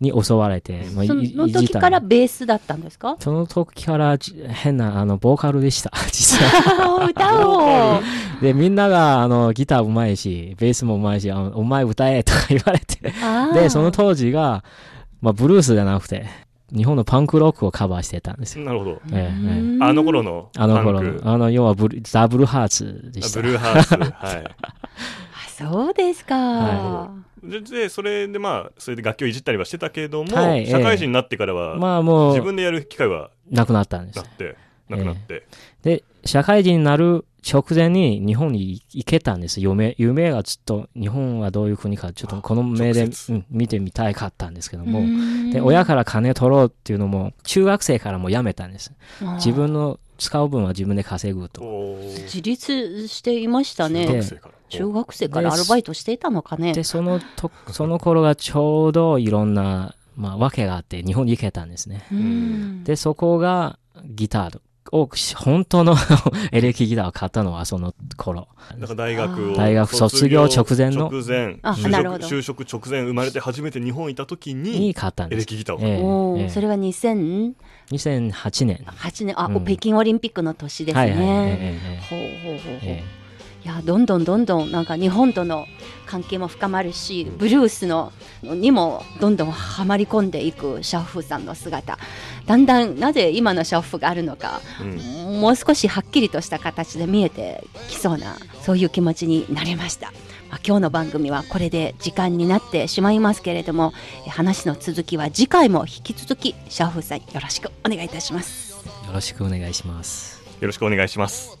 [SPEAKER 3] に襲われて、まあい
[SPEAKER 1] その
[SPEAKER 3] いじっ
[SPEAKER 1] 時
[SPEAKER 3] た
[SPEAKER 1] からベースだったんです か
[SPEAKER 3] その時からじ変なあのボーカルでした、 実は。
[SPEAKER 1] あー歌おう
[SPEAKER 3] で、みんながあのギターうまいし、ベースもうまいし、あのお前歌えとか言われて。で、その
[SPEAKER 1] と
[SPEAKER 3] 当時が、まあ、ブルースじゃなくて、日本のパンクロックをカバーしてたんですよ。
[SPEAKER 2] なるほど
[SPEAKER 3] ええええあ
[SPEAKER 2] あの頃
[SPEAKER 1] の。
[SPEAKER 2] の
[SPEAKER 3] あの頃
[SPEAKER 2] パンク
[SPEAKER 3] の、あの、要はブルダブルハーツでした
[SPEAKER 2] ブ。ルーハーツは
[SPEAKER 1] あそうですか。
[SPEAKER 3] はい
[SPEAKER 2] ででそれでまあそれで楽器をいじったりはしてたけれども、
[SPEAKER 3] はいええ
[SPEAKER 2] 社会人になってからは、
[SPEAKER 3] まあも
[SPEAKER 2] 自
[SPEAKER 3] う、
[SPEAKER 2] 分でやる機会は
[SPEAKER 3] なくなったんです
[SPEAKER 2] な。ってなくなって、
[SPEAKER 3] で、社会人になる直前に日本に行けたんです。夢、夢がずっと、日本はどういう国か、ちょっとこの目
[SPEAKER 2] 直
[SPEAKER 3] で
[SPEAKER 2] 接
[SPEAKER 3] うん見てみたいかったんですけども、
[SPEAKER 1] う
[SPEAKER 3] で、親から金取ろうっていうのも、中学生からもうやめたんです。
[SPEAKER 1] ら
[SPEAKER 3] 自分の使う分は自分で稼ぐと。
[SPEAKER 2] おー
[SPEAKER 1] 自立していました
[SPEAKER 2] 中
[SPEAKER 1] ね
[SPEAKER 2] 学。生から
[SPEAKER 1] 中学生からアルバイトしていたのかね
[SPEAKER 3] で、。その と、その頃がちょうどいろんな、まあ、訳があって、日本に行けたんですね。
[SPEAKER 1] うん
[SPEAKER 3] で、そこがギターを、本当の エレキギターを買ったのはその頃。
[SPEAKER 2] だから大学を
[SPEAKER 3] 大学卒業直前の
[SPEAKER 2] 直前
[SPEAKER 1] あ
[SPEAKER 2] 就
[SPEAKER 1] なるほど
[SPEAKER 2] 職就職直前生まれて初めて日本にいた時
[SPEAKER 3] に
[SPEAKER 2] に
[SPEAKER 3] 買ったん
[SPEAKER 2] エ
[SPEAKER 3] で
[SPEAKER 2] レ
[SPEAKER 3] す。
[SPEAKER 2] キギターを買っ
[SPEAKER 3] ええ
[SPEAKER 1] お
[SPEAKER 3] え
[SPEAKER 1] ー
[SPEAKER 3] え
[SPEAKER 1] それは2008
[SPEAKER 3] 2008年。
[SPEAKER 1] 年、あ、
[SPEAKER 3] うん
[SPEAKER 1] 北京オリンピックの年です
[SPEAKER 3] はいはいはい
[SPEAKER 1] ね。ほうほうほうほう。いやどんどんどんどんなんか日本との関係も深まるしブルースのにもどんどんはまり込んでいくシャッフさんの姿だんだんなぜ今のシャッフがあるのか
[SPEAKER 2] た、うん
[SPEAKER 1] もう少しはっきりとした形で見えてきそうなそういう気持ちになりました、まあ、今日の番組はこれで時間になってしまいますけれどもえ話の続きは次回も引き続きシャッフさんよろしくお願いいたします
[SPEAKER 3] よろしくお願いします。
[SPEAKER 2] よろしくお願いします